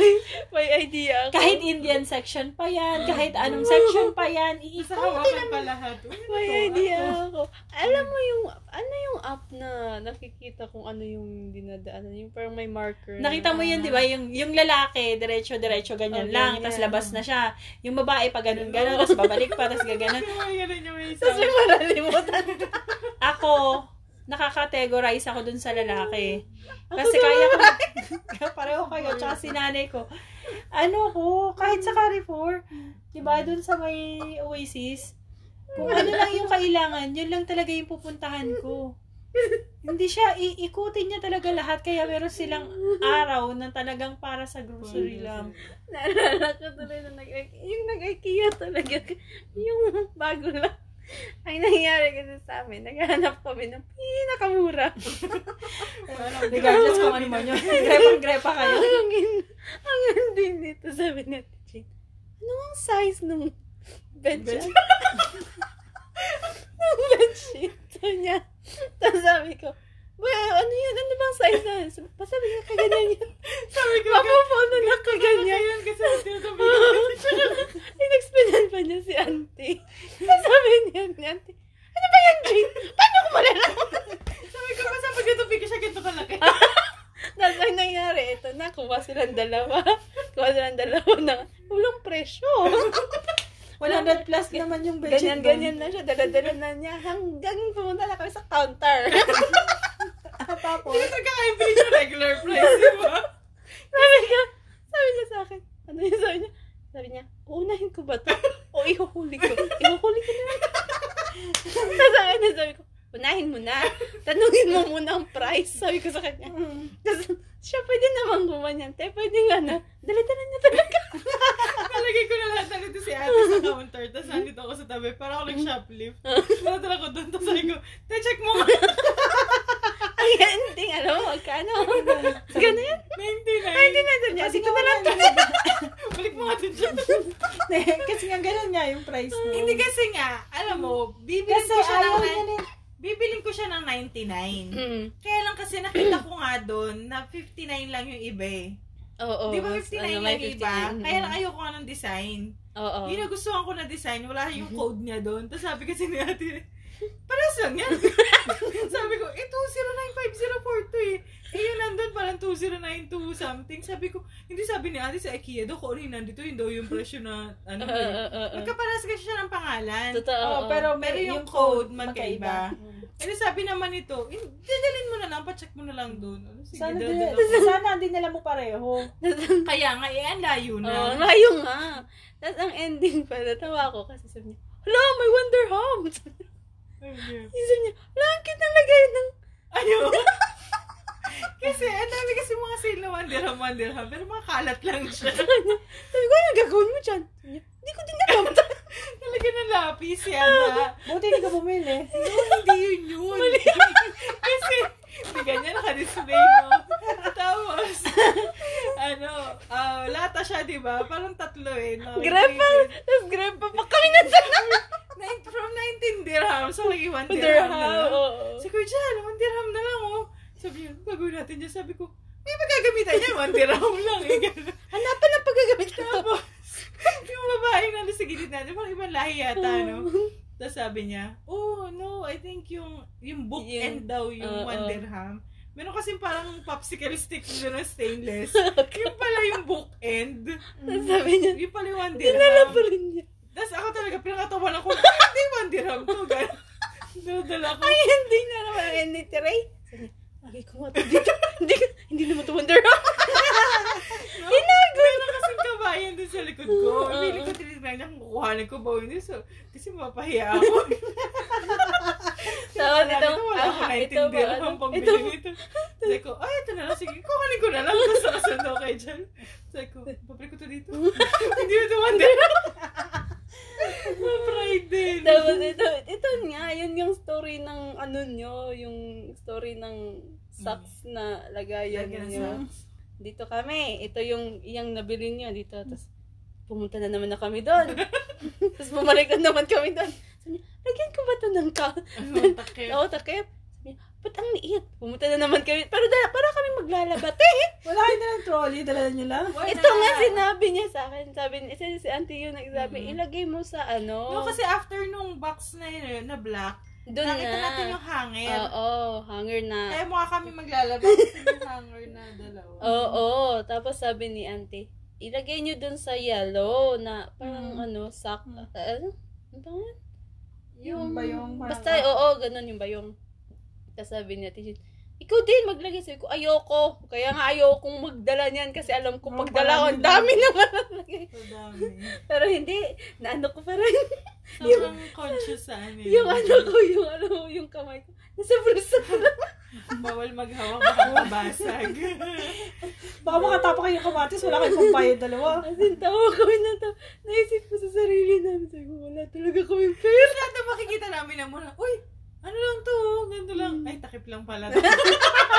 Speaker 1: May idea ako.
Speaker 2: Kahit Indian section pa yan, kahit anong section pa yan,
Speaker 3: Sa
Speaker 2: iikaw
Speaker 3: hawakan pa lahat. Uy, ano to?
Speaker 1: May
Speaker 3: Ano?
Speaker 1: idea ako. Alam mo yung, ano yung app na nakikita kung ano yung dinadaanan? Yung parang may marker. na-
Speaker 2: Nakita mo yun, di ba? Yung, yung lalaki, diretso-diretso, ganyan
Speaker 1: Oh,
Speaker 2: lang.
Speaker 1: ganyan.
Speaker 2: Tapos labas na siya. Yung babae, pa ganun-ganun. Tapos babalik pa, tapos gaganan.
Speaker 3: Sino yung ganun yung may
Speaker 1: Tapos
Speaker 3: isa?
Speaker 1: may malalimutan.
Speaker 2: Ako, nakakategorize ako dun sa lalaki.
Speaker 1: Ako
Speaker 2: Kasi kaya ko, pareho kayo, tsaka si nanay ko. Ano ko, kahit sa Carrefour, di ba, dun sa may Oasis, kung ano lang yung kailangan, yun lang talaga yung pupuntahan ko. Hindi siya, iikutin niya talaga lahat. Kaya meron silang araw na talagang para sa grocery lang.
Speaker 1: Naalala ko tuloy na nag yung nag-IKEA talaga. Yung bago lang. Ang nangyari kasi sa amin, naghahanap kami ng pinakamura.
Speaker 3: Walang
Speaker 2: Regardless kung ano man yun. Grepa-grepa kayo.
Speaker 1: ang, hin- ang hindi nito, sabi ni Ate Jane. Ano ang size nung bed
Speaker 3: Bed-
Speaker 1: sheet? nung bed sheet to niya. Tapos sabi ko, Well, ano yun? Ano bang size na yun? Sabi, sabi niya, kaganyan yun.
Speaker 3: Sabi ko,
Speaker 1: Mapupuno na kaganyan.
Speaker 3: ganyan kasi sinasabi ko.
Speaker 1: Inexplain pa niya si auntie. Sabi niya ni auntie, ano ba yan, Jane? Paano ko malalaman?
Speaker 3: Sabi ko, basta pag natupi ko siya, ganito kalaki.
Speaker 1: Tapos ang nangyari, ito na, kuha silang dalawa. Kuha silang dalawa na, walang presyo.
Speaker 2: 100 plus naman yung budget doon.
Speaker 1: Ganyan-ganyan na siya, dala-dala na niya. Hanggang pumunta na kami sa counter.
Speaker 2: Ah, Tapos,
Speaker 3: Kasi kakaibili yung regular price, di ba?
Speaker 1: sabi niya, sabi niya sa akin, ano yun sabi niya? Sabi niya, uunahin ko ba to? O ihuhuli ko? Ihuhuli ko na lang. Tapos sa akin, sabi ko, unahin mo na. Tanungin mo muna ang price. Sabi ko sa kanya.
Speaker 2: mm,
Speaker 1: Tapos, siya pwede naman gumanyan. Te, pwede nga na. Dala-dala niya talaga.
Speaker 3: Nalagay ko na lahat na dito si ate sa counter. Tapos nandito ako sa tabi. Parang ako nag-shoplift. Nadala ko doon. Tapos sabi ko, te, check mo nga.
Speaker 1: Ang ending, alam mo, ano? magkano? Ganun.
Speaker 3: 99.
Speaker 1: Ganun niya.
Speaker 2: Kasi
Speaker 1: Dito na lang.
Speaker 2: nga wala na-
Speaker 3: Balik mo nga doon siya.
Speaker 2: Kasi nga ganun nga yung price mo.
Speaker 3: Hindi kasi nga, alam mo, bibilin
Speaker 2: Kasi
Speaker 3: ko siya eh. ng
Speaker 2: ayaw niya na
Speaker 3: bibilin ko siya ng 99.
Speaker 1: Mm.
Speaker 3: Kaya lang kasi nakita ko nga doon na 59 lang yung iba eh.
Speaker 1: Oo.
Speaker 3: Di ba
Speaker 1: mas, ano,
Speaker 3: 59
Speaker 1: may
Speaker 3: lang yung iba?
Speaker 1: 59.
Speaker 3: Kaya lang ayoko nga ng design.
Speaker 1: Oo. Mm-hmm.
Speaker 3: Yung nagustuhan ko na design, wala yung code niya doon. Tapos sabi kasi ni ate, paras lang yan. sabi ko, eh, 209504 eh. Eh, yun nandun parang 2092 something. Sabi ko, hindi sabi ni ate sa IKEA daw, kung ano yung nandito, yun daw yung presyo na, ano.
Speaker 1: Oo, oo,
Speaker 3: eh.
Speaker 1: oo.
Speaker 3: Magkaparas kasi siya ng pangalan.
Speaker 1: Totoo.
Speaker 2: Oh,
Speaker 1: oo.
Speaker 2: pero,
Speaker 3: Pero
Speaker 2: may-
Speaker 3: yung, code, magkaiba. Kasi Ano sabi naman nito, "In- dadalhin mo na lang, pacheck mo na lang doon. Ano, sige,
Speaker 2: Sana din,
Speaker 3: dadalhin ako.
Speaker 2: sana din nila mo pareho.
Speaker 3: Kaya nga, eh, ang layo na.
Speaker 1: Oo, layo nga. Tapos ang ending pa, natawa ko kasi sabi niya, Hala, may Wonder Home! Isip niya, langkit ang lagay ng...
Speaker 3: Ayun. kasi, ang dami kasi mga sale na one dirham, one dirham. Pero mga kalat lang siya.
Speaker 1: Sabi ko, anong gagawin mo dyan? Sabi niya, Hindi ko din alam.
Speaker 3: Talaga ng lapis yan.
Speaker 2: Buti hindi ka bumili.
Speaker 3: Hindi yun yun. Kasi, may ganyan naka-display mo. Tapos, ano, ah, lata siya, di ba? Parang tatlo eh. na-
Speaker 1: Grab pa. Tapos grab pa, pakainan sa
Speaker 3: Nine- From 19 dirhams, so like 1
Speaker 1: Under
Speaker 3: dirham
Speaker 1: how?
Speaker 3: na lang.
Speaker 1: Oo.
Speaker 3: Sabi ko, Jan, 1 dirham na lang, oh. Sabi niya, bago natin dyan. Sabi ko, may magagamitan niya, 1 dirham lang. Eh, ganun.
Speaker 1: Hanapan ng pagagamit ko to.
Speaker 3: Tapos, yung babae na nasa gilid natin, parang ibang lahi yata, no? Tapos sabi niya, oh no, I think yung yung
Speaker 1: Yung-
Speaker 3: bookend daw
Speaker 1: oo.
Speaker 3: yung one dirham. Meron kasi parang popsicle stick doon na stainless.
Speaker 1: Tapos
Speaker 3: Yung pala yung bookend.
Speaker 1: sabi niya,
Speaker 3: Yung pala yung one
Speaker 1: dinala
Speaker 3: dirham.
Speaker 1: pa rin niya.
Speaker 3: Tapos ako talaga, pinakatawa ako, "Ay, hindi one dirham to. Ganun. Dala ko.
Speaker 1: Ay, hindi na naman ang end ni Ray. eh. Sabi niya, Lagi ko nga to dito. Hindi, ka- hindi naman to wonder.
Speaker 3: Inago! Meron kasing kabayan doon sa likod ko.
Speaker 1: Oo, oo.
Speaker 3: Pili ko tinitignan niya kung kukuhanin ko ba yun. So, kasi mapahiya ako.
Speaker 1: So,
Speaker 3: Wala
Speaker 1: dito,
Speaker 3: nito, wala
Speaker 1: ah,
Speaker 3: akong
Speaker 1: ito ba,
Speaker 3: naintindihan
Speaker 1: ano?
Speaker 3: ang
Speaker 1: Ito
Speaker 3: pagbili nito. Sabi ko, ay, ito na lang, sige, kukunin ko na lang. Tapos nakasundo kay Jan. Sabi ko, babalik ko to dito. Hindi mo ito one day. Ma-pride din.
Speaker 1: Tapos ito, ito nga, yun yung story ng ano nyo, yung story ng socks na Mm. lagayan
Speaker 3: Lagayan
Speaker 1: nyo. Dito kami, ito yung iyang nabili nyo dito. Tapos pumunta na naman na kami doon. Tapos bumalik na naman kami doon. Sabi niya, lagyan ko ba ito ng ka?
Speaker 3: Ano, ang takip.
Speaker 1: Oo, takip. Sabi niya, ba't ang liit? Pumunta na naman kami. Pero dala, para kami maglalaba. Te,
Speaker 2: Wala kayo na ng trolley, dala nyo lang.
Speaker 3: Wala.
Speaker 1: ito nga sinabi niya sa akin. Sabi niya, si, si auntie yung nagsabi,
Speaker 3: Mhm.
Speaker 1: ilagay mo sa ano.
Speaker 3: No, kasi after nung box na yun, na black,
Speaker 1: doon
Speaker 3: nakita natin yung hanger.
Speaker 1: Oo, hanger na.
Speaker 3: Kaya Eh, mukha kami maglalabas kasi yung hanger na dalawa.
Speaker 1: Oo, tapos sabi ni auntie, ilagay nyo dun sa yellow na parang
Speaker 2: Mm.
Speaker 1: ano, sak,
Speaker 2: Mm.
Speaker 1: ano? Ano ba yun?
Speaker 2: Yung ba yung parang- ano.
Speaker 1: Basta, oo, ganun yung bayong. Tapos sabi niya, Tishin, ikaw din, maglagay. Sabi ko, ayoko. Kaya nga ayokong magdala niyan kasi alam ko,
Speaker 2: Oo,
Speaker 1: pagdala ko,
Speaker 2: Oh, parang
Speaker 1: ang dami na malalagay.
Speaker 3: So dami.
Speaker 1: Pero hindi, naano ko pa rin.
Speaker 3: Sobrang conscious sa amin.
Speaker 1: yung ano ko, yung ano, yung kamay ko. Nasa brusa ko na.
Speaker 3: Bawal maghawak, baka mabasag.
Speaker 2: Baka makatapa kayo ng kamatis, wala kayong pambayad dalawa.
Speaker 1: As in, tawa kami na tawa. Naisip ko sa sarili namin. Sabi ko, wala talaga kaming pera.
Speaker 3: Lahat na makikita namin na muna, uy, ano lang to, oh, ganito lang. Ay, takip lang pala.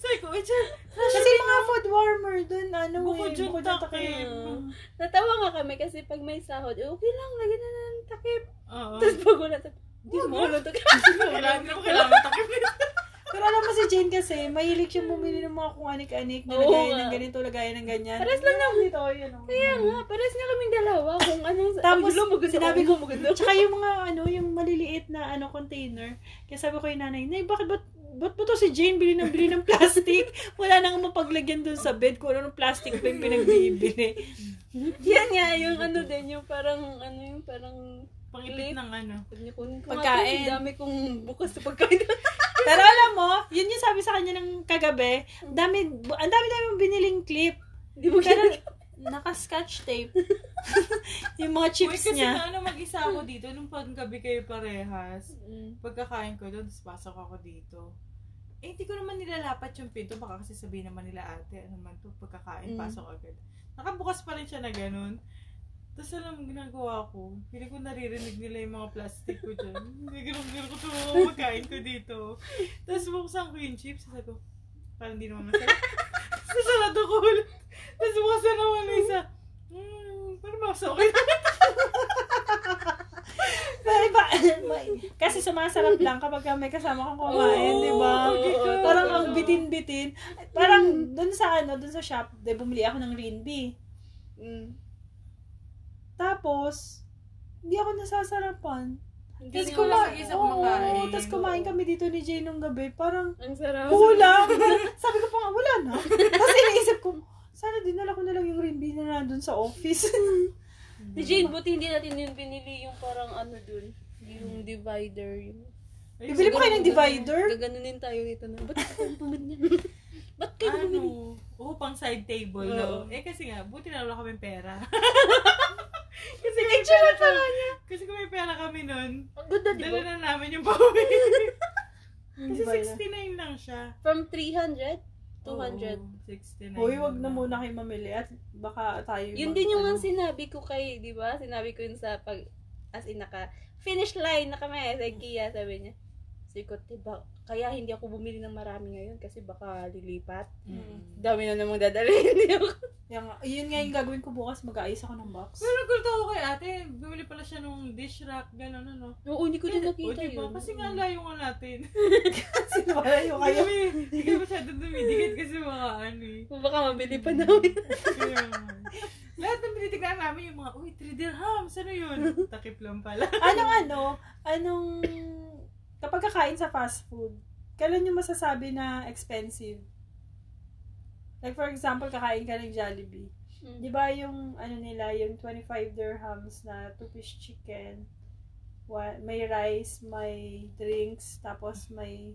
Speaker 3: Sabi ko, uy, tiyan,
Speaker 2: Kasi yung mga food warmer dun, ano
Speaker 3: Bukod
Speaker 2: eh,
Speaker 3: yun,
Speaker 2: bukod yung takip.
Speaker 3: takip.
Speaker 1: Mm. Natawa nga kami kasi pag may sahod, eh, okay lang, lagyan na lang ng takip.
Speaker 2: Ah.
Speaker 3: Oo.
Speaker 1: Tapos pag wala takip, hindi mo wala takip.
Speaker 3: Wala na kailangan takip.
Speaker 2: Pero alam mo si Jane kasi, mahilig siyang bumili ng mga kung anik-anik na
Speaker 1: Oo
Speaker 2: lagayan
Speaker 1: nga.
Speaker 2: ng ganito, lagayan ng ganyan.
Speaker 1: Pares lang
Speaker 2: Meron dito, yun oh. o.
Speaker 1: Kaya nga, pares nga kaming dalawa kung ano anong...
Speaker 2: Tapos,
Speaker 1: Ay, yun lang, maganda.
Speaker 2: sinabi
Speaker 1: Ay,
Speaker 2: ko,
Speaker 1: yun, maganda.
Speaker 2: Tsaka yung mga ano, yung maliliit na ano container. Kaya sabi ko kay nanay, Nay, bakit ba't ba't ba to si Jane bili ng bili ng plastic? Wala nang mapaglagyan dun sa bed ko. Ano ng plastic ba yung pinagbibili?
Speaker 1: Yan nga, yung ano din, yung parang, ano yung parang...
Speaker 3: Pangipit ng ano.
Speaker 1: Kunin ko nga to,
Speaker 2: Pagkain.
Speaker 1: Ang dami kong bukas sa pagkain.
Speaker 2: Pero alam mo, yun yung sabi sa kanya ng kagabi, ang dami, ang dami dami mong biniling clip.
Speaker 1: Hindi mo
Speaker 2: Pero,
Speaker 1: kaya.
Speaker 2: naka-scotch tape. yung mga
Speaker 3: Uy,
Speaker 2: chips
Speaker 3: kasi
Speaker 2: niya.
Speaker 3: na ano, mag-isa ako dito nung paggabi kayo parehas. Pagkakain ko doon, tapos pasok ako dito. Eh, hindi ko naman nilalapat yung pinto. Baka kasi sabihin naman nila ate, ano man to, pagkakain,
Speaker 1: Mm.
Speaker 3: pasok agad. Nakabukas pa rin siya na ganun. Tapos alam mo, ginagawa ko, hindi ko naririnig nila yung mga plastic ko dyan. Nagirong-girong ko ito, pagkain ko dito. Tapos buksan ko yung chips, sabi ko, parang hindi naman masarap. Sasarado ko ulit. Tapos buksan naman na isa, hmm, parang masarap
Speaker 2: Pero iba, kasi sumasarap lang kapag may kasama kang kumain,
Speaker 3: Oo,
Speaker 2: di ba?
Speaker 3: okay ka.
Speaker 2: Parang ang bitin-bitin. Parang dun sa ano, dun sa shop, de, bumili ako ng green bee.
Speaker 1: Mm.
Speaker 2: Tapos, hindi ako nasasarapan.
Speaker 1: Hindi
Speaker 2: Tapos
Speaker 1: nga
Speaker 2: kuma-
Speaker 1: masarap.
Speaker 3: isa
Speaker 2: oo,
Speaker 3: kumakain.
Speaker 2: tas kumain kami dito ni Jay nung gabi. Parang,
Speaker 1: Ang sarap.
Speaker 2: kulang. Sabi ko pa nga, wala na. Tapos iniisip ko, sana dinala ko na lang yung green bee na nandun sa office.
Speaker 1: Ni Jane, buti hindi natin yun binili yung parang ano dun. Yung divider. Yung...
Speaker 3: Ayun,
Speaker 2: Bibili pa kayo ng
Speaker 1: Gaganunin-
Speaker 2: divider?
Speaker 1: Gaganunin tayo ito na. Ba't ako bumili niya? Ba't kayo bumili?
Speaker 3: ano, oo, pang side table,
Speaker 1: Oo.
Speaker 3: no? Eh, kasi nga, buti na wala kaming pera. kasi kay
Speaker 1: Picturean pa nga niya.
Speaker 3: Kasi kung may pera kami nun,
Speaker 1: Ang ganda, di
Speaker 3: dala
Speaker 1: ba?
Speaker 3: na namin yung bawi.
Speaker 2: Hindi
Speaker 3: Kasi
Speaker 2: ba na?
Speaker 3: 69 lang siya.
Speaker 1: From 300, 200.
Speaker 3: Oo, 69.
Speaker 2: Hoy, wag na muna kayo mamili at baka tayo
Speaker 1: Yun
Speaker 2: mag-
Speaker 1: din yung ang
Speaker 2: ano.
Speaker 1: sinabi ko kay, di ba? Sinabi ko yun sa pag, as in, naka, finish line na kami sa IKEA, sabi niya. Sikot, diba? Kaya hindi ako bumili ng marami ngayon kasi baka lilipat.
Speaker 3: Mm.
Speaker 1: Dami na namang dadalhin niyo.
Speaker 2: Yung, yun nga yung gagawin ko bukas, mag-aayos ako ng box.
Speaker 3: Pero nagkulto ako kay ate, bumili pala siya nung dish rack, gano'n ano.
Speaker 1: Oo, hindi ko din
Speaker 3: O,
Speaker 1: nakita
Speaker 3: di ba?
Speaker 1: yun.
Speaker 3: Kasi nga layo nga natin.
Speaker 2: Sinalayo
Speaker 3: Hindi
Speaker 2: kayo.
Speaker 3: kami, hindi kami masyado dumidikit kasi mga ano eh.
Speaker 1: Baka mabili pa namin.
Speaker 3: Kaya, Lahat ng binitignan namin yung mga, uy, 3 dirhams, ano yun? Takip lang pala.
Speaker 2: Anong ano, anong, kapag kakain sa fast food, kailan yung masasabi na expensive? Like for example, kakain ka ng Jollibee.
Speaker 3: Mm.
Speaker 2: Di ba yung, ano nila, yung 25 dirhams na two-piece chicken, wa- may rice, may drinks, tapos may,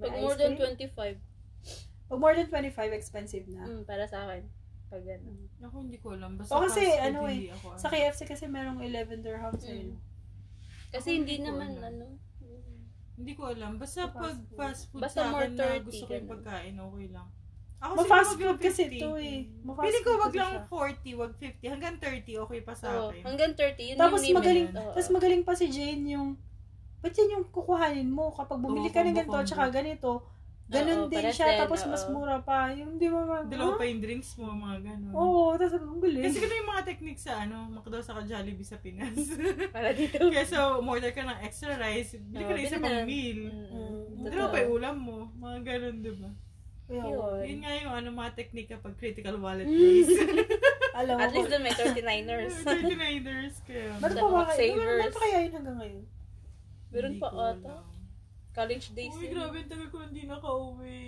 Speaker 2: may
Speaker 1: Pag
Speaker 2: ice
Speaker 1: more than
Speaker 2: cream.
Speaker 1: 25,
Speaker 2: Pag more than 25, expensive na.
Speaker 1: mm, para sa akin. Pag ano.
Speaker 3: Ako hindi ko alam. Basta
Speaker 2: O, kasi,
Speaker 3: fast food,
Speaker 2: ano eh,
Speaker 3: hindi ako,
Speaker 2: Sa KFC kasi merong 11 dirhams
Speaker 1: Mm.
Speaker 2: eh.
Speaker 1: Kasi
Speaker 3: Ako
Speaker 1: hindi
Speaker 3: hindi ko
Speaker 1: naman
Speaker 3: alam.
Speaker 1: ano.
Speaker 3: Hindi ko alam. Basta
Speaker 2: Sa
Speaker 3: pag
Speaker 2: fast food.
Speaker 3: fast food
Speaker 1: Basta
Speaker 3: sa
Speaker 1: more
Speaker 3: akin na
Speaker 1: 30,
Speaker 3: gusto ko yung
Speaker 1: ganun.
Speaker 3: pagkain, okay lang. Ako
Speaker 2: Ma-fast
Speaker 3: siguro
Speaker 2: food kasi
Speaker 3: 50.
Speaker 2: ito eh. Ma-fast
Speaker 3: Pili ko
Speaker 2: food
Speaker 3: wag
Speaker 2: kasi
Speaker 3: lang
Speaker 2: siya.
Speaker 3: 40, wag 50. Hanggang 30, okay pa sa
Speaker 1: Oo,
Speaker 3: akin.
Speaker 1: hanggang 30, yun
Speaker 2: Tapos
Speaker 1: yung limit.
Speaker 2: magaling-
Speaker 1: Oo.
Speaker 2: Tapos magaling pa si Jane yung, ba't yan yung kukuhanin mo kapag bumili ka ng
Speaker 3: combo,
Speaker 2: ganito
Speaker 3: combo.
Speaker 2: tsaka ganito? Ganun
Speaker 1: Oo,
Speaker 2: din
Speaker 1: para
Speaker 2: siya,
Speaker 1: sa'yo,
Speaker 2: tapos mas
Speaker 1: oo.
Speaker 2: mura pa. Yung di mo mag...
Speaker 3: Dalawa
Speaker 2: "Huh?"
Speaker 3: pa yung drinks mo, mga ganun.
Speaker 2: Oo, tapos ang galing.
Speaker 3: Kasi ganun yung mga technique sa ano, McDo sa Jollibee sa Pinas.
Speaker 1: Para dito.
Speaker 3: Kaya so, umorder ka ng extra rice, hindi
Speaker 1: Oo,
Speaker 3: ka na
Speaker 1: ganun
Speaker 3: isa pang
Speaker 1: na.
Speaker 3: meal.
Speaker 1: Mm,
Speaker 2: Totoo.
Speaker 3: Dalawa pa yung ulam mo, mga ganun, di ba?
Speaker 2: Ayun.
Speaker 1: Yun.
Speaker 3: Yun nga yung ano, mga technique kapag critical wallet
Speaker 1: Mm.
Speaker 3: days.
Speaker 2: Alam
Speaker 1: At
Speaker 2: mo,
Speaker 1: least doon may 39ers.
Speaker 3: 39ers, kaya.
Speaker 2: meron pa
Speaker 1: Sa
Speaker 2: ba
Speaker 1: mga
Speaker 2: kayo? Meron meron
Speaker 1: savers.
Speaker 2: pa kaya yun hanggang ngayon?
Speaker 1: Meron
Speaker 3: Hindi
Speaker 1: pa
Speaker 3: ko
Speaker 1: ata.
Speaker 3: alam.
Speaker 1: College days.
Speaker 3: Uy,
Speaker 1: yun.
Speaker 3: grabe, ang tagal ko hindi nakauwi.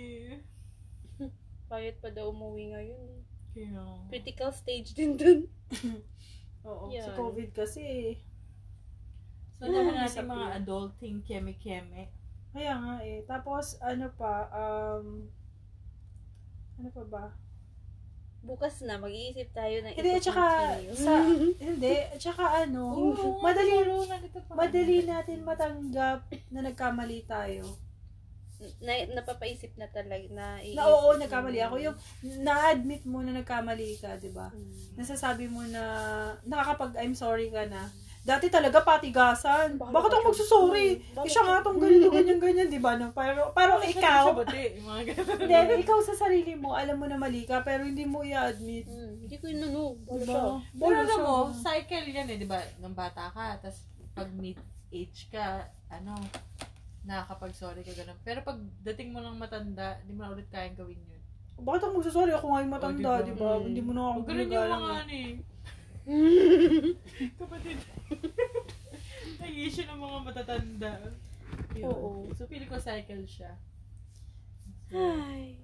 Speaker 1: Payat pa daw umuwi ngayon.
Speaker 3: Kaya,
Speaker 1: Critical stage din dun.
Speaker 2: Oo,
Speaker 1: Yan.
Speaker 2: sa COVID kasi.
Speaker 3: so naman
Speaker 2: Ah,
Speaker 3: natin mga
Speaker 2: disappear.
Speaker 3: adulting keme-keme.
Speaker 2: Kaya nga eh. Tapos, ano pa, um, ano pa ba?
Speaker 1: Bukas na, mag-iisip tayo na
Speaker 2: Hindi, at saka, sa, hindi, at saka ano, madali- madali natin matanggap na nagkamali tayo.
Speaker 1: na, napapaisip na talaga. Na,
Speaker 2: Na oo, nagkamali ako. Yung na-admit mo na nagkamali ka, di ba?
Speaker 1: Mm.
Speaker 2: Nasasabi mo na nakakapag I'm sorry ka na. Dati talaga patigasan. Bakit ako magsusorry? Eh, siya nga tong ganito, ganyan, ganyan, di ba? No? Pero, pero ikaw,
Speaker 3: mga ganun.
Speaker 2: hindi, ikaw sa sarili mo, alam mo na mali ka, pero hindi mo i-admit.
Speaker 1: Mm, Hindi ko yun ano.
Speaker 2: Di
Speaker 1: Diba?
Speaker 2: ba? Wala
Speaker 3: Pero alam
Speaker 2: siya.
Speaker 3: mo, cycle yan eh, di ba? Nung bata ka, tapos pag mid-age ka, ano, nakakapag-sorry ka ganun. Pero pag dating mo ng matanda, hindi mo na ulit kayang gawin yun.
Speaker 2: Bakit ako magsusorry? Ako nga yung matanda,
Speaker 3: Oh,
Speaker 2: di
Speaker 3: di
Speaker 2: ba?
Speaker 1: ba? Mm.
Speaker 2: Hindi mo na ako
Speaker 3: Huwag ganun yung
Speaker 2: ginagalang.
Speaker 3: mga ano eh. Kapatid. Ay, issue ng mga matatanda. Yun.
Speaker 2: Oo.
Speaker 3: So, pili ko cycle siya.
Speaker 1: Ay.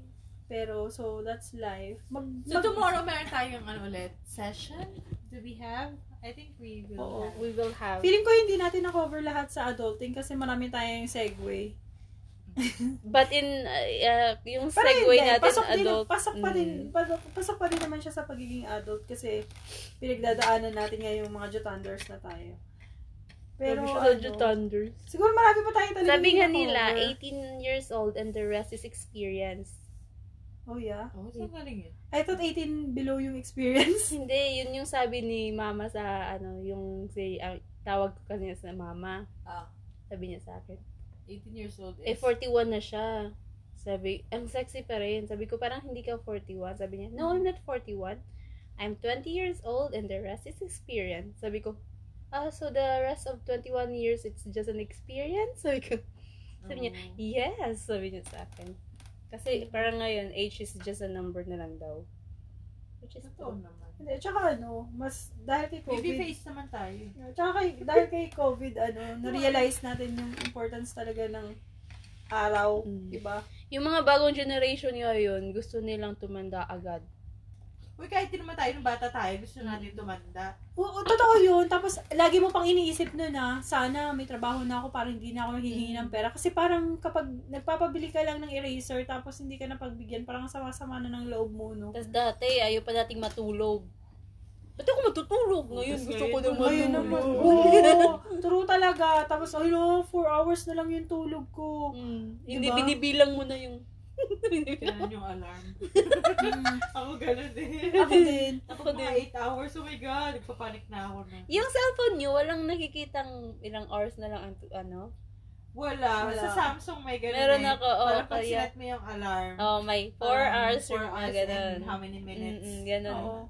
Speaker 2: Pero, so, that's life. Mag,
Speaker 3: So,
Speaker 2: mag-
Speaker 3: tomorrow meron tayong ano ulit? Session? Do we have? I think we will
Speaker 2: Oo.
Speaker 3: have.
Speaker 1: We will have.
Speaker 2: Feeling ko hindi natin na-cover lahat sa adulting kasi marami tayong segue.
Speaker 1: But in, uh, uh, yung
Speaker 2: Pero
Speaker 1: segue
Speaker 2: hindi,
Speaker 1: natin,
Speaker 2: pasok din,
Speaker 1: adult.
Speaker 2: pasok pa rin,
Speaker 1: Mm.
Speaker 2: pasok, pasok pa rin naman siya sa pagiging adult kasi pinagdadaanan natin ngayon yung mga Jutanders na tayo. Pero,
Speaker 1: Pero,
Speaker 2: ano,
Speaker 1: Thunders.
Speaker 2: siguro marami pa tayo talaga
Speaker 1: Sabi
Speaker 2: hindi
Speaker 1: nga
Speaker 2: na-cover.
Speaker 1: nila, 18 years old and the rest is experience.
Speaker 2: Oh, yeah.
Speaker 3: Oh, saan galing yun?
Speaker 2: I thought 18 below yung experience.
Speaker 1: Hindi, yun yung sabi ni mama sa, ano, yung si, ah, tawag ko kanina sa mama.
Speaker 3: Ah,
Speaker 1: Sabi niya sa akin.
Speaker 3: 18 years old
Speaker 1: Eh,
Speaker 3: is...
Speaker 1: 41 na siya. Sabi, ang sexy pa rin. Sabi ko, parang hindi ka 41. Sabi niya, no, I'm not 41. I'm 20 years old and the rest is experience. Sabi ko, ah, so the rest of 21 years, it's just an experience? Sabi ko, sabi niya,
Speaker 3: Oo.
Speaker 1: yes, sabi niya sa akin. Kasi parang ngayon, age is just a number na lang daw. Which is
Speaker 3: Totoo naman.
Speaker 2: Hindi, tsaka ano, mas, dahil kay COVID,
Speaker 3: Baby face naman tayo.
Speaker 2: Tsaka kay, dahil kay COVID, ano, na-realize natin yung importance talaga ng araw,
Speaker 1: Mm.
Speaker 2: diba?
Speaker 1: Yung mga bagong generation ngayon, gusto nilang tumanda agad.
Speaker 3: Uy, kahit di naman tayo nung bata tayo, gusto natin tumanda.
Speaker 2: Oo, totoo yun. Tapos, lagi mo pang iniisip nun na, sana may trabaho na ako para hindi na ako hihingi
Speaker 1: Mm.
Speaker 2: ng pera. Kasi parang kapag nagpapabili ka lang ng eraser, tapos hindi ka na pagbigyan, parang sama-sama na ng loob mo, no?
Speaker 1: Tapos dati, ayaw pa dating matulog. Ba't ako matutulog? Ngayon,
Speaker 3: Tapos
Speaker 1: gusto ko
Speaker 3: ngayon,
Speaker 1: na
Speaker 2: Ngayon naman.
Speaker 1: matulog.
Speaker 2: Oo, true talaga. Tapos, ay no, four hours na lang yung tulog ko.
Speaker 1: Mm, Hindi,
Speaker 2: Diba?
Speaker 1: binibilang mo na yung...
Speaker 3: Kailangan yung alarm.
Speaker 2: Mm,
Speaker 3: Ako ganun din.
Speaker 2: Ako din.
Speaker 3: Ako din. 8 hours. Oh my God. Nagpapanik na ako na.
Speaker 1: yung cellphone nyo, walang nakikitang ilang hours na lang ang ano?
Speaker 3: Wala.
Speaker 2: Wala.
Speaker 3: Sa Samsung may ganun
Speaker 1: Meron
Speaker 3: eh.
Speaker 1: ako, oo,
Speaker 3: Parang pag
Speaker 1: kaya-
Speaker 3: sinet mo yung alarm.
Speaker 1: Oh, may 4
Speaker 3: parang
Speaker 1: hours
Speaker 3: four
Speaker 1: or mga
Speaker 3: hours
Speaker 1: ganun.
Speaker 3: and how many minutes.
Speaker 1: Mm-mm, ganun.
Speaker 2: Oo.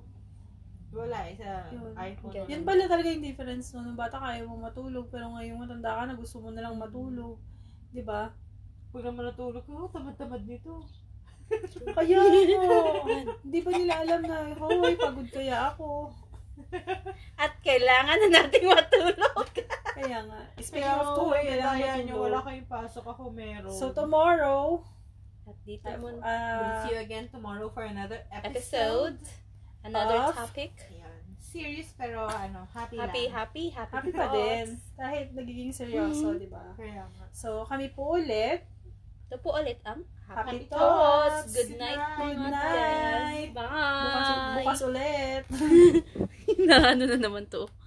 Speaker 3: Wala eh. Sa
Speaker 2: Yun.
Speaker 3: iPhone.
Speaker 1: Ganun.
Speaker 2: Yan pala talaga yung difference no. Nung bata kaya mo matulog, pero ngayong matanda ka na gusto mo na lang matulog. 'Di ba?
Speaker 3: Pag naman natulog ko, oh, tamad-tamad nito.
Speaker 2: Kaya ano, hindi pa nila alam na, hoy, pagod kaya ako.
Speaker 1: At kailangan na nating matulog.
Speaker 2: Kaya nga. Speaking
Speaker 3: Kaya
Speaker 2: of
Speaker 3: ako,
Speaker 2: tulog,
Speaker 3: eh,
Speaker 2: kailangan
Speaker 3: daya nyo,
Speaker 2: matulog.
Speaker 3: wala kayong pasok. Ako meron.
Speaker 2: So tomorrow,
Speaker 1: At dito
Speaker 2: ah,
Speaker 1: mo
Speaker 3: We'll
Speaker 2: ah,
Speaker 3: see you again tomorrow for another episode.
Speaker 1: episode. Another
Speaker 2: of-
Speaker 1: topic.
Speaker 3: Ayan. Serious pero ano, happy,
Speaker 1: Happy,
Speaker 3: lang.
Speaker 1: happy, happy,
Speaker 2: happy pa
Speaker 1: thoughts.
Speaker 2: din. Kahit nagiging
Speaker 1: Mhm.
Speaker 2: seryoso,
Speaker 3: Mm-hmm.
Speaker 2: 'di ba?
Speaker 3: Kaya nga.
Speaker 2: So kami po ulit.
Speaker 1: Ito po ulit ang Happy,
Speaker 2: Happy
Speaker 1: Thoughts.
Speaker 2: Thoughts.
Speaker 1: Good night,
Speaker 2: Good
Speaker 1: mga guys.
Speaker 2: night.
Speaker 1: Bye.
Speaker 2: Bukas, bukas ulit.
Speaker 1: na ano na naman to.